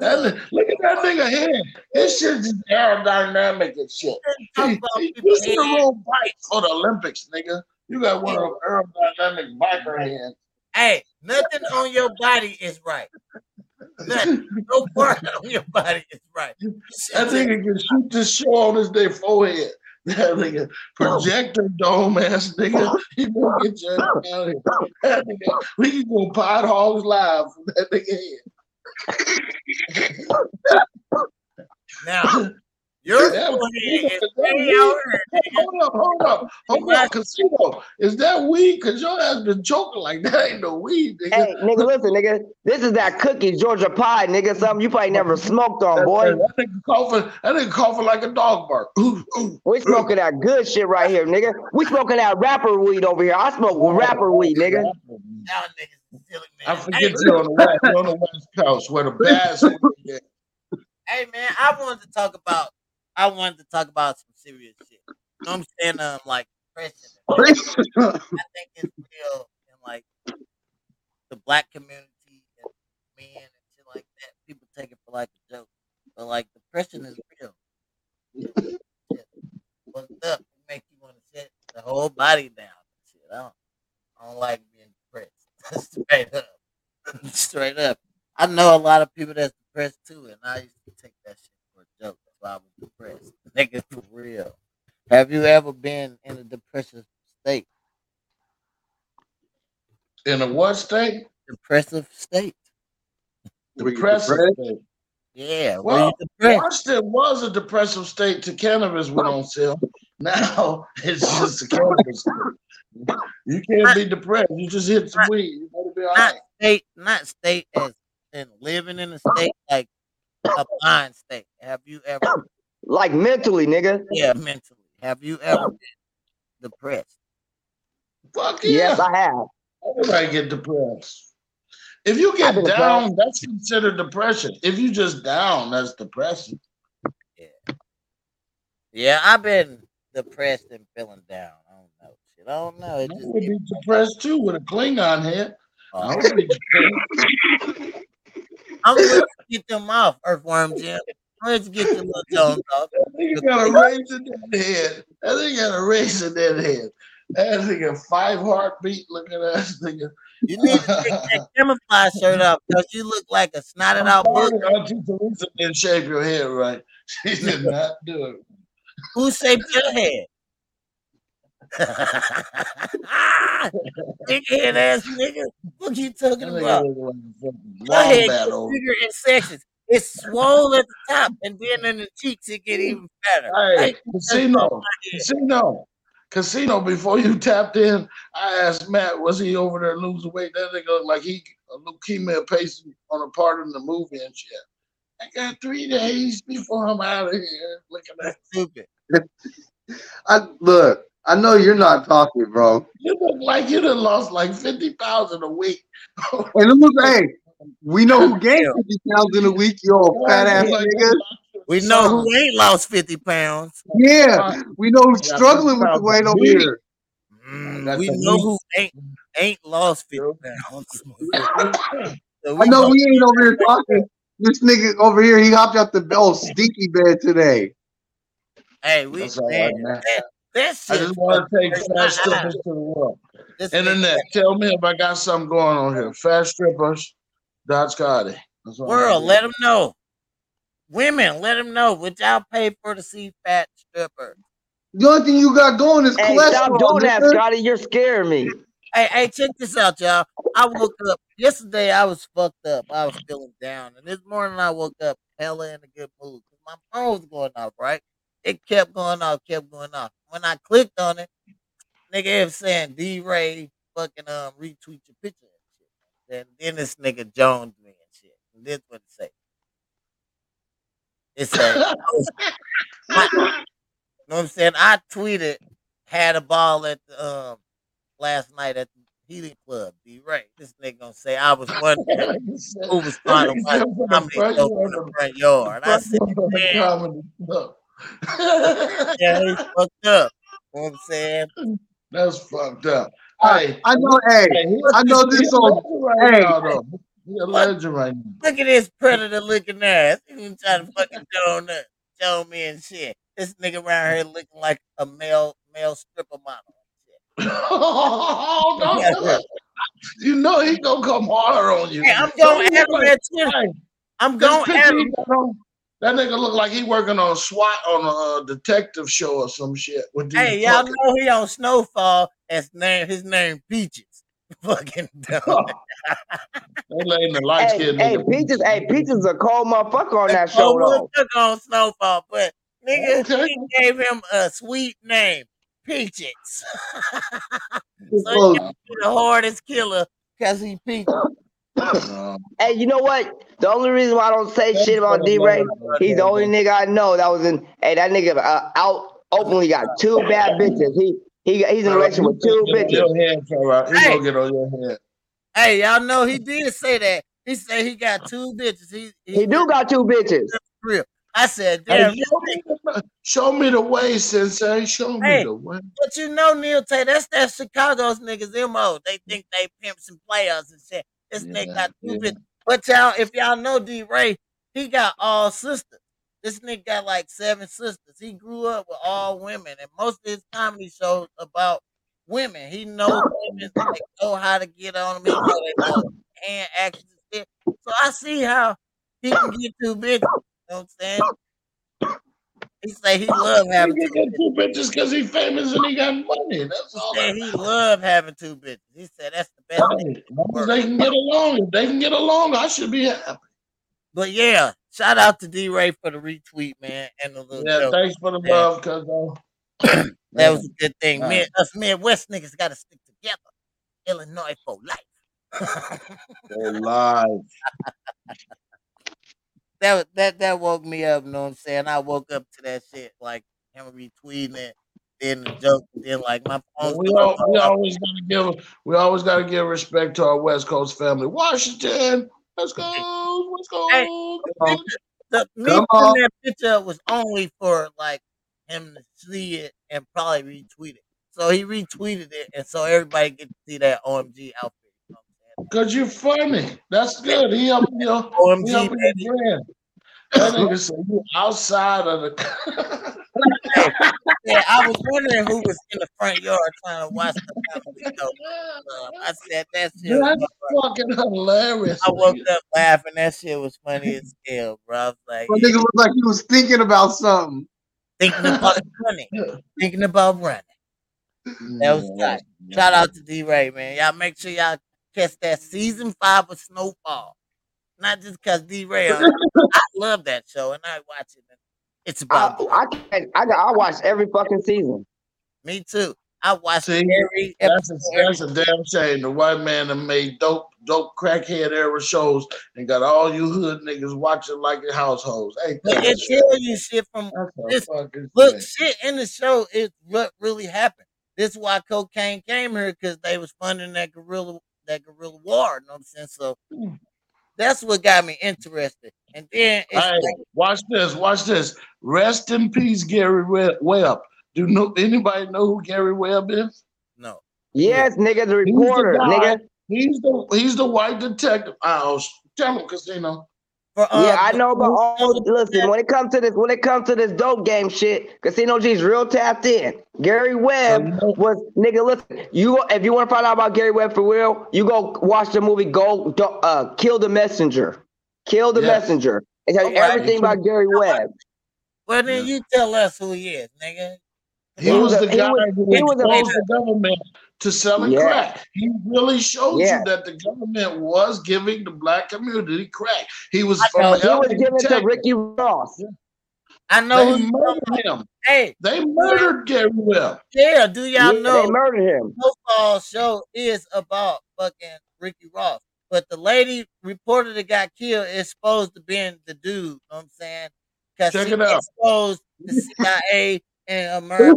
Speaker 4: That li- look at that nigga head. This shit is aerodynamic and shit.
Speaker 1: Talk
Speaker 4: He-
Speaker 1: about
Speaker 4: he-
Speaker 1: people
Speaker 4: This is the
Speaker 1: head.
Speaker 4: wrong bike for the Olympics, nigga. You got one of them aerodynamic biker hands.
Speaker 1: Hey, nothing on your body is right. Nothing. No part on your body is right. You should
Speaker 4: That
Speaker 1: just
Speaker 4: nigga can shoot this shit on his day forehead. That nigga projector dome ass nigga. He gonna get your ass out of here. That nigga, we can go pod hogs live from that nigga head.
Speaker 1: now your
Speaker 4: That-
Speaker 1: forehead is way out
Speaker 4: Hold
Speaker 1: here.
Speaker 4: up, hold up, hold up, casino. Is that weed? Cause your ass been joking like that ain't no weed, nigga.
Speaker 3: Hey, nigga, listen, nigga, this is that cookie Georgia pie, nigga. Something you probably never smoked on, boy.
Speaker 4: That nigga coughing. That nigga coughing like a dog bark. Ooh, ooh.
Speaker 3: We smoking that good shit right here, nigga. We smoking that rapper weed over here. I smoke rapper weed, nigga.
Speaker 1: Y'all niggas is silly,
Speaker 4: I
Speaker 1: man.
Speaker 4: forget
Speaker 1: Hey,
Speaker 4: you on the west. You on the west coast where the bass. is.
Speaker 1: hey man, I wanted to talk about I wanted to talk about some serious shit. You know what I'm saying? Um like depression. I think it's real in like the black community and men and shit like that. People take it for like a joke. But like depression is real. Shit. What's up? Make you want to shut the whole body down. and Shit. I don't I don't like being depressed. Straight up. Straight up. I know a lot of people that's depressed too, and I used to take that shit for a joke. That's why I was depressed. Nigga, for real. Have you ever been in a depressive state?
Speaker 4: In a what state?
Speaker 1: Depressive state.
Speaker 2: Were you
Speaker 4: Depressive
Speaker 2: depressed?
Speaker 4: state.
Speaker 1: Yeah. Were you
Speaker 4: Well,
Speaker 1: depressed?
Speaker 4: Washington was a depressive state till cannabis went on sale. Now it's just a cannabis. state. You can't be depressed. You just hit some weed. You better be all
Speaker 1: Not
Speaker 4: right.
Speaker 1: state, not state as in living in a state like a blind state. Have you
Speaker 4: Oh,
Speaker 1: ever?
Speaker 3: Like mentally, nigga.
Speaker 1: Yeah, mentally. Have you ever been depressed?
Speaker 4: Fuck yeah.
Speaker 3: Yes, I have.
Speaker 4: Everybody get depressed. If you
Speaker 3: I've
Speaker 4: get
Speaker 3: been
Speaker 4: down, that's considered depression. If you just down, that's depression.
Speaker 1: Yeah, I've been depressed and feeling down. I don't know. Shit, I don't know.
Speaker 4: I
Speaker 1: It just
Speaker 4: would
Speaker 1: gets
Speaker 4: be depressed too with a Klingon head. I
Speaker 1: off.
Speaker 4: would be depressed.
Speaker 1: I'm ready to get them off, Earthworm Jim. I'm ready to get your little Jones off.
Speaker 4: That nigga got a razor in that head. That nigga got a razor in that head. That nigga five heartbeat looking at that nigga.
Speaker 1: You need to take that camouflage shirt off because you look like a snotted out bull.
Speaker 4: Sorry, Auntie Teresa didn't shave your head right. She did not do it.
Speaker 1: Who shaped your head? Big head ass nigga. What you
Speaker 4: That
Speaker 1: talking
Speaker 4: nigga
Speaker 1: about?
Speaker 4: look like a fucking
Speaker 1: Your
Speaker 4: wombat
Speaker 1: head gets
Speaker 4: over.
Speaker 1: bigger in sections. It's swole at the top, and then in the cheeks it get even fatter.
Speaker 4: Hey,
Speaker 1: Like,
Speaker 4: casino, casino, casino. Before you tapped in, I asked Matt, was he over there losing weight? That nigga looked like he a leukemia patient on a part in the movie and shit. I got three days before I'm out of here. Look at that.
Speaker 1: That's stupid.
Speaker 2: I look. I know you're not talking, bro.
Speaker 4: You look like you done lost like 50 pounds in a week.
Speaker 2: And it was, hey, we know who gained 50 pounds in a week, you old Oh, fat ass
Speaker 4: Like,
Speaker 2: nigga.
Speaker 1: We know who ain't lost 50 pounds.
Speaker 2: Yeah, we know who's struggling with the weight over here.
Speaker 1: Mm,
Speaker 4: got
Speaker 1: we
Speaker 4: the
Speaker 1: know
Speaker 4: meat.
Speaker 1: who ain't ain't lost 50 pounds. So
Speaker 2: I
Speaker 1: we
Speaker 2: know we ain't over here talking. This nigga over here, he hopped out the old stinky bed today.
Speaker 1: Hey, we
Speaker 4: That's all
Speaker 1: man,
Speaker 4: right, man.
Speaker 1: that, that shit.
Speaker 4: I just want to take fast
Speaker 1: I- I-
Speaker 4: strippers to the world.
Speaker 1: this nigga-
Speaker 4: Internet, tell me if I got something going on here. Fast strippers, Dodge Cardi. That's all I
Speaker 1: World,
Speaker 4: need.
Speaker 1: let them know. Women, let them know. Would y'all pay for to see fat stripper?
Speaker 2: The only thing you got going is
Speaker 3: Hey,
Speaker 2: cholesterol.
Speaker 3: stop doing that,
Speaker 2: nigga.
Speaker 3: Scotty. You're scaring me.
Speaker 1: Hey, hey, check this out, y'all. I woke up yesterday. I was fucked up. I was feeling down, and this morning I woke up hella in a good mood. My phone was going off, right? It kept going off, kept going off. When I clicked on it, nigga, it was saying D Ray fucking um retweet your picture and shit. And then this nigga Jones me and shit. And this what it say. It said, know what I'm saying? I tweeted, had a ball at the, um last night at the healing club, D Ray. This nigga gonna say I was wondering who was trying to watch comedy show from the front yard. I said, yeah, he's fucked up. You know what I'm saying?
Speaker 4: That's fucked up.
Speaker 2: I-
Speaker 4: Hey,
Speaker 2: I know, hey,
Speaker 4: hey, he-
Speaker 2: I know this
Speaker 4: he a
Speaker 2: old.
Speaker 4: legend right
Speaker 2: Hey.
Speaker 4: now, though. He a legend right now.
Speaker 1: Look at this predator looking ass. He even trying to fucking show up, show me and shit. This nigga around here looking like a male male stripper model.
Speaker 4: oh, don't do it. You know he gonna come hard on you.
Speaker 1: Hey, I'm
Speaker 4: Don't
Speaker 1: going
Speaker 4: look
Speaker 1: at him
Speaker 4: like-
Speaker 1: at Twitter.
Speaker 4: hey,
Speaker 1: I'm
Speaker 4: this
Speaker 1: going at
Speaker 4: picture he
Speaker 1: him.
Speaker 4: got on- That nigga look like he working on SWAT on a uh, detective show or some shit. With these
Speaker 1: Hey, y'all
Speaker 4: fucking-
Speaker 1: know he on Snowfall. His name, his name Peaches. Fucking
Speaker 4: Oh,
Speaker 1: dumb.
Speaker 4: they letting the light
Speaker 3: Hey,
Speaker 4: skinned
Speaker 3: hey,
Speaker 4: nigga.
Speaker 3: Peaches, hey, Peaches a cold motherfucker on that
Speaker 1: Oh,
Speaker 3: show
Speaker 1: well,
Speaker 3: though.
Speaker 1: took on Snowfall, but nigga,
Speaker 4: Okay.
Speaker 1: he gave him a sweet name, Peaches. so he
Speaker 2: Oh,
Speaker 1: got to be the hardest killer because he peaches.
Speaker 4: No.
Speaker 3: Hey, you know what? The only reason why I don't say
Speaker 4: That's
Speaker 3: shit about
Speaker 4: what I
Speaker 3: D Ray,
Speaker 4: love about
Speaker 3: he's the
Speaker 4: that
Speaker 3: only
Speaker 4: guy.
Speaker 3: nigga I know that was in. Hey, that nigga uh, out openly got two bad bitches. He he he's in a
Speaker 4: Farrell,
Speaker 3: relationship
Speaker 4: He
Speaker 3: with two
Speaker 4: gonna get
Speaker 3: bitches.
Speaker 4: on your head, Farrell. He
Speaker 1: Hey.
Speaker 4: gonna get on your head.
Speaker 1: Hey, y'all know he did say that. He said he got two bitches. He
Speaker 3: He
Speaker 1: he
Speaker 3: do got two bitches.
Speaker 1: real. I said,
Speaker 4: Hey,
Speaker 1: damn.
Speaker 4: show me, the, show me the way, Sensei. Show me
Speaker 1: Hey.
Speaker 4: the way.
Speaker 1: But you know, Neil Tay, that's that Chicago's niggas mo. They think they pimps and players and shit. This nigga
Speaker 4: Yeah,
Speaker 1: got two
Speaker 4: yeah.
Speaker 1: bitches. But y'all, if y'all know D Ray, he got all sisters. This nigga got like seven sisters. He grew up with all women, and most of his comedy shows about women. He knows women. They know how to get on them. He know they know hand actions and shit. So I see how he can get two bitches. You know what I'm saying? He say he love having
Speaker 4: Nigga
Speaker 1: two
Speaker 4: got two bitches because he famous and he got money. That's all that
Speaker 1: said he loved having two bitches. He said that's the best thing.
Speaker 4: Hey, long as they can get along, if they can get along, I should be happy.
Speaker 1: But yeah, shout out to D Ray for the retweet, man, and the little
Speaker 4: Yeah,
Speaker 1: joke.
Speaker 4: thanks for the
Speaker 1: Yeah.
Speaker 4: love, cuz uh,
Speaker 1: That was a good thing.
Speaker 4: All
Speaker 1: Me,
Speaker 4: right.
Speaker 1: us Midwest niggas gotta stick together. Illinois for life.
Speaker 4: they're live.
Speaker 1: that wa- that that woke me up, you know what I'm saying? I woke up to that shit, like him retweeting it, then the joke, then like my phone
Speaker 4: But we all we always gotta give we always gotta give respect to our West Coast family. Washington, let's go, let's
Speaker 1: Hey,
Speaker 4: go.
Speaker 2: come on.
Speaker 1: the me
Speaker 2: Come
Speaker 1: putting
Speaker 2: on.
Speaker 1: that picture up was only for like him to see it and probably retweet it. So he retweeted it, and so everybody get to see that OMG outfit. you know
Speaker 4: Cause you're funny. That's good. He up in your
Speaker 1: what I'm
Speaker 4: he
Speaker 1: saying?
Speaker 4: up
Speaker 1: OMG,
Speaker 4: in
Speaker 1: baby.
Speaker 4: your brand. That nigga said you outside of the
Speaker 1: Hey, yeah, I was wondering who was in the front yard trying to watch the comedy show. Um, I said that shit. Was
Speaker 4: That's
Speaker 1: funny.
Speaker 4: fucking hilarious.
Speaker 1: I woke
Speaker 4: nigga.
Speaker 1: up laughing. That shit was funny as hell, bro. I was like,
Speaker 2: My
Speaker 1: yeah,
Speaker 2: nigga looked like he was thinking about something.
Speaker 1: thinking about running, thinking about running. That was
Speaker 4: Yeah,
Speaker 1: tight. Shout out to D Ray, man. Y'all make sure y'all catch that season five of Snowfall. Not just because D Ray on it. I love that show and I watch it. It's
Speaker 3: I
Speaker 1: about
Speaker 3: I can't. I got. I watch every fucking season.
Speaker 1: me too. I watched
Speaker 4: See,
Speaker 1: every
Speaker 4: That's a,
Speaker 1: episode.
Speaker 4: that's a damn shame. The white man that made dope, dope crackhead era shows and got all you hood niggas watching like your households. Ain't
Speaker 1: But
Speaker 4: that
Speaker 1: it
Speaker 4: shit?
Speaker 1: tell you shit from
Speaker 4: That's a
Speaker 1: This-
Speaker 4: fucking
Speaker 1: look
Speaker 4: shame.
Speaker 1: shit in the show is what really happened. This is why cocaine came here because they was funding that guerrilla that guerrilla war. You know what I'm saying? So
Speaker 3: Hmm.
Speaker 1: that's what got me interested. And then it's
Speaker 4: Hey, watch this. Watch this. Rest in peace, Gary We- Webb. Do no, anybody know who Gary Webb is?
Speaker 1: no.
Speaker 3: Yes, nigga, the
Speaker 4: He's the
Speaker 3: reporter,
Speaker 4: guy-
Speaker 3: nigga.
Speaker 4: He's the he's the white detective. Oh, sh- tell him, Casino.
Speaker 1: For
Speaker 3: Yeah,
Speaker 1: uh,
Speaker 3: I know, but
Speaker 1: who
Speaker 3: all
Speaker 1: told you
Speaker 3: listen
Speaker 1: that?
Speaker 3: when it comes to this, when it comes to this dope game shit, Casino G's real tapped in. Gary Webb
Speaker 4: I know.
Speaker 3: was nigga. Listen, you if you want to find out about Gary Webb for real, you go watch the movie. Go Do- uh, kill the messenger, kill the
Speaker 4: Yes.
Speaker 3: messenger. It tells you
Speaker 1: All right.
Speaker 3: everything about Gary Webb.
Speaker 1: well then you tell us who he is, nigga.
Speaker 4: He
Speaker 3: He
Speaker 4: was,
Speaker 3: was a-
Speaker 4: the
Speaker 3: he
Speaker 4: guy
Speaker 3: was-
Speaker 4: who
Speaker 3: he was a-
Speaker 4: exposed the government to selling
Speaker 3: Yeah.
Speaker 4: crack. He really showed
Speaker 3: Yeah.
Speaker 4: you that the government was giving the black community crack. He was
Speaker 1: I
Speaker 4: from
Speaker 1: know.
Speaker 4: LA.
Speaker 1: He
Speaker 3: He was given to
Speaker 4: Texas.
Speaker 3: Ricky Ross.
Speaker 1: I know
Speaker 4: They
Speaker 1: who you talking
Speaker 4: murdered him.
Speaker 1: about. Hey,
Speaker 4: They murdered Gary Webb.
Speaker 1: yeah, do
Speaker 3: Yeah,
Speaker 1: y'all
Speaker 3: they
Speaker 1: know
Speaker 3: murdered him.
Speaker 1: the football show is about fucking Ricky Ross. But the lady reporter that got killed is supposed to been the dude, you know what I'm saying? Because
Speaker 4: Check
Speaker 1: she
Speaker 4: it out.
Speaker 1: exposed the CIA and America.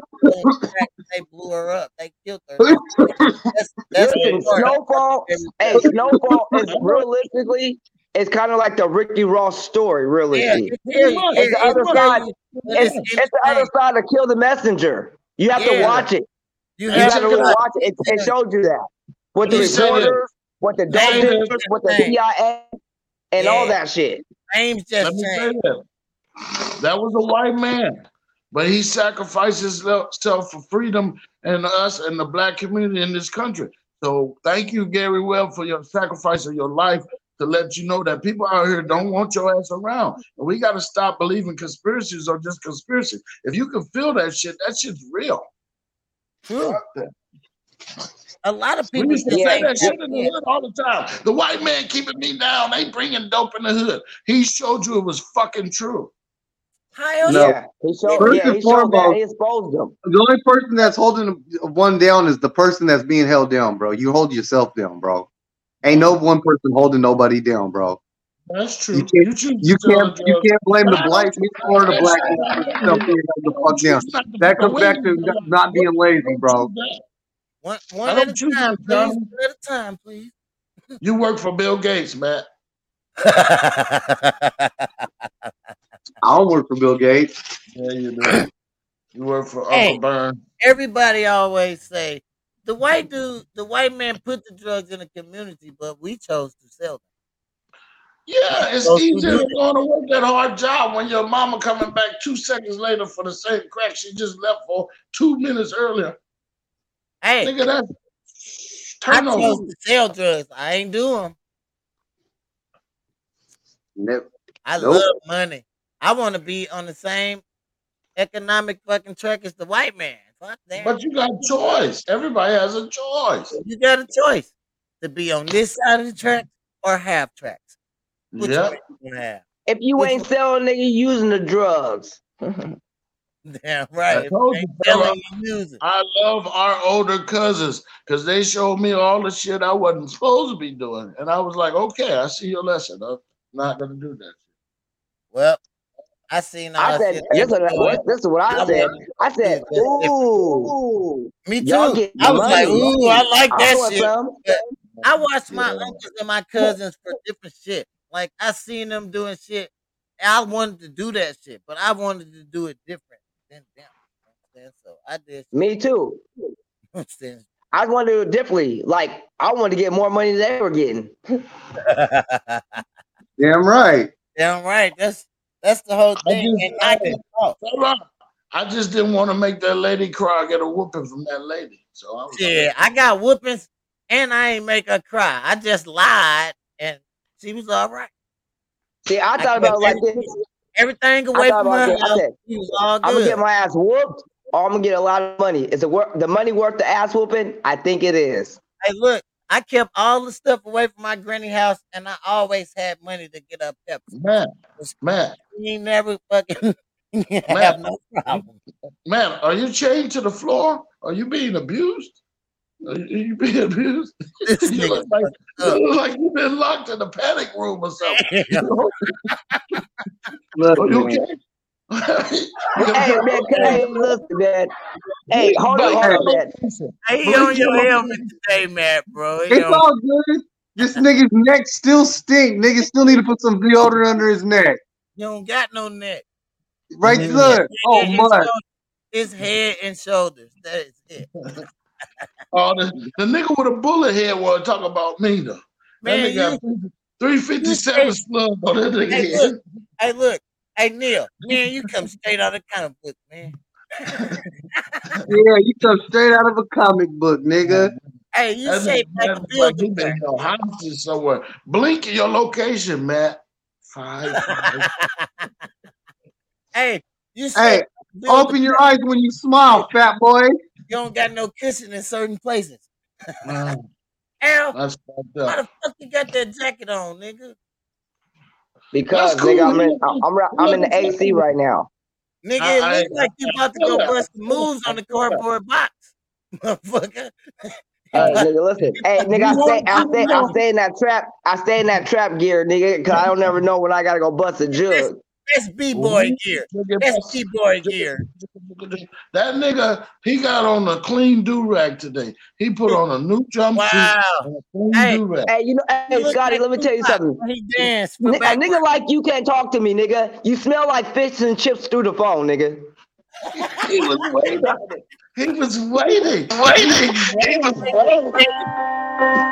Speaker 1: They blew her up. They killed her. That's, that's the
Speaker 3: Listen,
Speaker 1: story.
Speaker 3: Snowfall. Hey, Snowfall is realistically, it's kind of like the Ricky Ross story.
Speaker 1: Yeah,
Speaker 3: Realistically,
Speaker 1: it
Speaker 4: Pretty
Speaker 1: tell you.
Speaker 4: much.
Speaker 1: Yeah,
Speaker 3: It's the
Speaker 1: it
Speaker 3: other
Speaker 1: tell
Speaker 3: side.
Speaker 1: you. But it's
Speaker 3: It's
Speaker 4: Yeah.
Speaker 3: it's the other
Speaker 1: entertaining.
Speaker 3: side to kill the messenger. You have to
Speaker 1: Yeah,
Speaker 3: watch it.
Speaker 1: you
Speaker 4: And
Speaker 1: have
Speaker 3: You got
Speaker 4: check
Speaker 3: to
Speaker 4: it
Speaker 3: really
Speaker 4: out.
Speaker 1: to
Speaker 3: watch it. It, it
Speaker 1: watch it.
Speaker 3: shows you that with
Speaker 1: But
Speaker 3: the
Speaker 4: He
Speaker 1: it's
Speaker 4: said it.
Speaker 3: reporters, with the
Speaker 4: He
Speaker 3: dope
Speaker 4: say
Speaker 1: James
Speaker 4: this.
Speaker 3: dealers,
Speaker 1: just
Speaker 3: with the
Speaker 1: changed.
Speaker 3: CIA, and all
Speaker 1: Yeah,
Speaker 3: that shit.
Speaker 1: James
Speaker 4: Let
Speaker 1: just
Speaker 4: me
Speaker 1: changed.
Speaker 4: say that. That was a white man. But he sacrificed himself for freedom and us and the black community in this country. So thank you, Gary Webb, for your sacrifice of your life to let you know that people out here don't want your ass around. And we got to stop believing conspiracies are just conspiracies. If you can feel that shit, that shit's real.
Speaker 1: True. A lot of
Speaker 4: We
Speaker 1: people
Speaker 4: used to
Speaker 1: just
Speaker 4: say
Speaker 3: Yeah.
Speaker 1: ain't
Speaker 4: that
Speaker 1: tapped
Speaker 4: shit in the
Speaker 1: in.
Speaker 4: hood all the time. The white man keeping me down. They bringing dope in the hood. He showed you it was fucking true.
Speaker 1: How else
Speaker 2: No.
Speaker 3: Yeah, he showed.
Speaker 2: First
Speaker 3: Yeah,
Speaker 2: and
Speaker 3: he showed that.
Speaker 2: foremost-
Speaker 3: He exposed them.
Speaker 2: The only person that's holding one down is the person that's being held down, bro. You hold yourself down, bro. Ain't no one person holding nobody down, bro.
Speaker 4: That's
Speaker 2: You
Speaker 4: true.
Speaker 2: can't,
Speaker 4: You choose
Speaker 2: you
Speaker 4: to sell
Speaker 2: can't,
Speaker 4: drugs.
Speaker 2: you can't blame
Speaker 4: But
Speaker 2: the
Speaker 4: I
Speaker 2: black
Speaker 4: don't
Speaker 2: man
Speaker 4: choose
Speaker 2: or the
Speaker 4: that
Speaker 2: black
Speaker 4: shit.
Speaker 2: man
Speaker 4: I
Speaker 2: for
Speaker 4: don't
Speaker 2: themselves
Speaker 4: choose,
Speaker 2: being held
Speaker 4: I
Speaker 2: the
Speaker 4: don't
Speaker 2: fuck down.
Speaker 4: choose not to
Speaker 2: That
Speaker 4: pick a
Speaker 2: comes
Speaker 4: waiting
Speaker 2: back to
Speaker 4: in
Speaker 2: not
Speaker 4: nobody's
Speaker 2: not being
Speaker 4: hood. I
Speaker 2: lazy,
Speaker 4: don't
Speaker 2: bro.
Speaker 4: choose that.
Speaker 1: One
Speaker 4: I
Speaker 1: one at a
Speaker 4: don't choose
Speaker 1: time,
Speaker 4: that,
Speaker 1: please.
Speaker 4: Johnny.
Speaker 1: One at a time, please.
Speaker 4: You work for Bill Gates, man.
Speaker 2: I don't work for Bill Gates.
Speaker 4: Yeah, you do. You work for
Speaker 1: hey,
Speaker 4: Uncle Burn.
Speaker 1: everybody always say the white dude, the white man put the drugs in the community, but we chose to sell them.
Speaker 4: Yeah, it's
Speaker 1: Those who
Speaker 4: easier
Speaker 1: did
Speaker 4: to go to work that hard job when your mama coming back two seconds later for the same crack she just left for two minutes earlier.
Speaker 1: it. Hey,
Speaker 4: Nigga, that's
Speaker 1: I
Speaker 4: turnover.
Speaker 1: chose to sell drugs. I ain't do them.
Speaker 2: Nope.
Speaker 1: I
Speaker 2: Nope.
Speaker 1: love money. I want to be on the same economic fucking track as the white man. Fuck that.
Speaker 4: But you got choice. Everybody has a choice.
Speaker 1: You got a choice to be on this side of the track or half tracks. Which
Speaker 4: Yeah.
Speaker 1: one you gonna have?
Speaker 3: If you
Speaker 1: Which
Speaker 3: ain't selling, nigga, you using the drugs.
Speaker 1: Damn
Speaker 4: I
Speaker 1: right. If
Speaker 4: told you,
Speaker 1: you ain't
Speaker 4: fella.
Speaker 1: selling you use it.
Speaker 4: I love our older cousins because they showed me all the shit I wasn't supposed to be doing. And I was like, okay, I see your lesson. I'm not going to do that.
Speaker 1: Well, I seen all
Speaker 3: I
Speaker 1: that
Speaker 3: said,
Speaker 1: shit they
Speaker 3: this is,
Speaker 1: was doing.
Speaker 3: what, this is what I
Speaker 1: I
Speaker 3: said.
Speaker 1: wanted
Speaker 3: I
Speaker 1: to do
Speaker 3: said,
Speaker 1: just different.
Speaker 3: ooh,
Speaker 1: Me
Speaker 3: y'all
Speaker 1: too.
Speaker 3: get
Speaker 1: I was like,
Speaker 3: money.
Speaker 1: ooh, I like
Speaker 3: I
Speaker 1: that
Speaker 3: want
Speaker 1: shit.
Speaker 3: some.
Speaker 1: But I watched my
Speaker 4: Yeah.
Speaker 1: uncles and my cousins for different shit. Like I seen them doing shit. and I wanted to do that shit, but I wanted to do it different than them. You know what I'm saying? So I did shit.
Speaker 3: Me too.
Speaker 1: you know what I'm saying?
Speaker 3: I want to do it differently. Like, I want to get more money than they were getting.
Speaker 2: Damn right.
Speaker 1: Damn right. That's that's the whole
Speaker 4: I
Speaker 1: thing.
Speaker 4: just,
Speaker 1: And not get caught.
Speaker 4: fella, I just didn't want to make that lady cry, get a whooping from that lady. So I was like,
Speaker 1: Yeah, I got whoopings and I ain't make her cry. I just lied and she was all right.
Speaker 3: See, I
Speaker 1: I
Speaker 3: thought
Speaker 1: kept
Speaker 3: about it like
Speaker 1: everything,
Speaker 3: this.
Speaker 1: everything
Speaker 3: I
Speaker 1: away
Speaker 3: thought
Speaker 1: from
Speaker 3: about
Speaker 1: her
Speaker 3: this. I
Speaker 1: house.
Speaker 3: said,
Speaker 1: She was all
Speaker 3: I'm going to
Speaker 1: good.
Speaker 3: get my ass whooped or I'm going to get a lot of money. Is the, wor- the money worth the ass whooping? I think it is.
Speaker 1: Hey, look, I kept all the stuff away from my granny house and I always had money to get up Pepsi.
Speaker 4: man, man,
Speaker 1: She ain't never fucking I have no problem.
Speaker 4: Man, are you chained to the floor? Are you being abused? Are you, are you being abused?
Speaker 1: This
Speaker 4: You
Speaker 1: nigga
Speaker 4: look like
Speaker 1: up.
Speaker 4: you look like you've been locked in a panic room or something. You know?
Speaker 2: Look,
Speaker 4: Are you
Speaker 2: man.
Speaker 4: okay?
Speaker 3: Hey, man, hey, listen, man. Hey, hold up, hold up, man.
Speaker 1: He
Speaker 4: Blake,
Speaker 1: on
Speaker 4: you
Speaker 1: your
Speaker 4: know-
Speaker 1: helmet today, man, bro. He
Speaker 2: It's
Speaker 1: on
Speaker 2: all good. This nigga's neck still stink. Nigga still need to put some deodorant under his neck.
Speaker 1: You don't got no neck.
Speaker 2: Right
Speaker 1: Mhm.
Speaker 2: there. Oh,
Speaker 1: It-
Speaker 2: mud.
Speaker 1: It's, shou- it's head and shoulders. That is it.
Speaker 4: Oh, the, the nigga with a bullet head want to talk about me though. That
Speaker 1: Man,
Speaker 4: nigga got
Speaker 1: you,
Speaker 4: three fifty seven slug on that nigga
Speaker 1: Hey,
Speaker 4: head.
Speaker 1: look. hey, look. Hey, Neil, man, you come straight out of comic book, man.
Speaker 2: Yeah, you come straight out of a comic book, nigga.
Speaker 1: Hey, you
Speaker 4: That
Speaker 1: shaped
Speaker 4: nigga
Speaker 1: like a
Speaker 4: look like
Speaker 1: building
Speaker 4: he been
Speaker 1: brick.
Speaker 4: in your house or somewhere. Blink your location, Matt. Five. five.
Speaker 1: Hey, you shaped
Speaker 2: Hey,
Speaker 1: like a building
Speaker 2: open your eyes when you smile, fat boy.
Speaker 1: You don't got no cushion in certain places.
Speaker 4: Man,
Speaker 1: Al,
Speaker 4: that's fucked
Speaker 1: why the
Speaker 4: up.
Speaker 1: fuck you got that jacket on, nigga?
Speaker 3: Because
Speaker 4: That's cool.
Speaker 3: nigga, I'm in,
Speaker 4: He wasn't-
Speaker 3: I'm, ra- I'm in the AC right now.
Speaker 1: Nigga,
Speaker 4: I-
Speaker 1: it
Speaker 4: I-
Speaker 1: looks like you about to
Speaker 4: feel
Speaker 1: go
Speaker 4: that.
Speaker 1: bust some moves on the cardboard box, motherfucker.
Speaker 3: Hey,
Speaker 4: Hey,
Speaker 3: nigga, listen. Hey, nigga, I
Speaker 4: you
Speaker 3: stay,
Speaker 4: want
Speaker 3: I
Speaker 4: you to
Speaker 3: stay, I
Speaker 4: know?
Speaker 3: stay in that trap. I stay in that trap gear, nigga, cause I don't never know when I gotta go bust a jug.
Speaker 1: That's b boy gear. That's b boy gear.
Speaker 4: That nigga, he got on a clean do rag today. He put on a new jumpsuit
Speaker 1: Wow.
Speaker 4: and a clean
Speaker 1: Hey.
Speaker 4: do rag.
Speaker 3: Hey, you know,
Speaker 1: He
Speaker 3: hey,
Speaker 1: look
Speaker 3: Scotty,
Speaker 1: like
Speaker 3: let me tell you
Speaker 1: Tupac
Speaker 3: something.
Speaker 1: when He danced
Speaker 3: Ni-
Speaker 1: for
Speaker 3: A
Speaker 1: backwards.
Speaker 3: nigga like you can't talk to me, nigga. You smell like fish and chips through the phone, nigga.
Speaker 4: He was waiting. He was waiting. Waiting. He was waiting.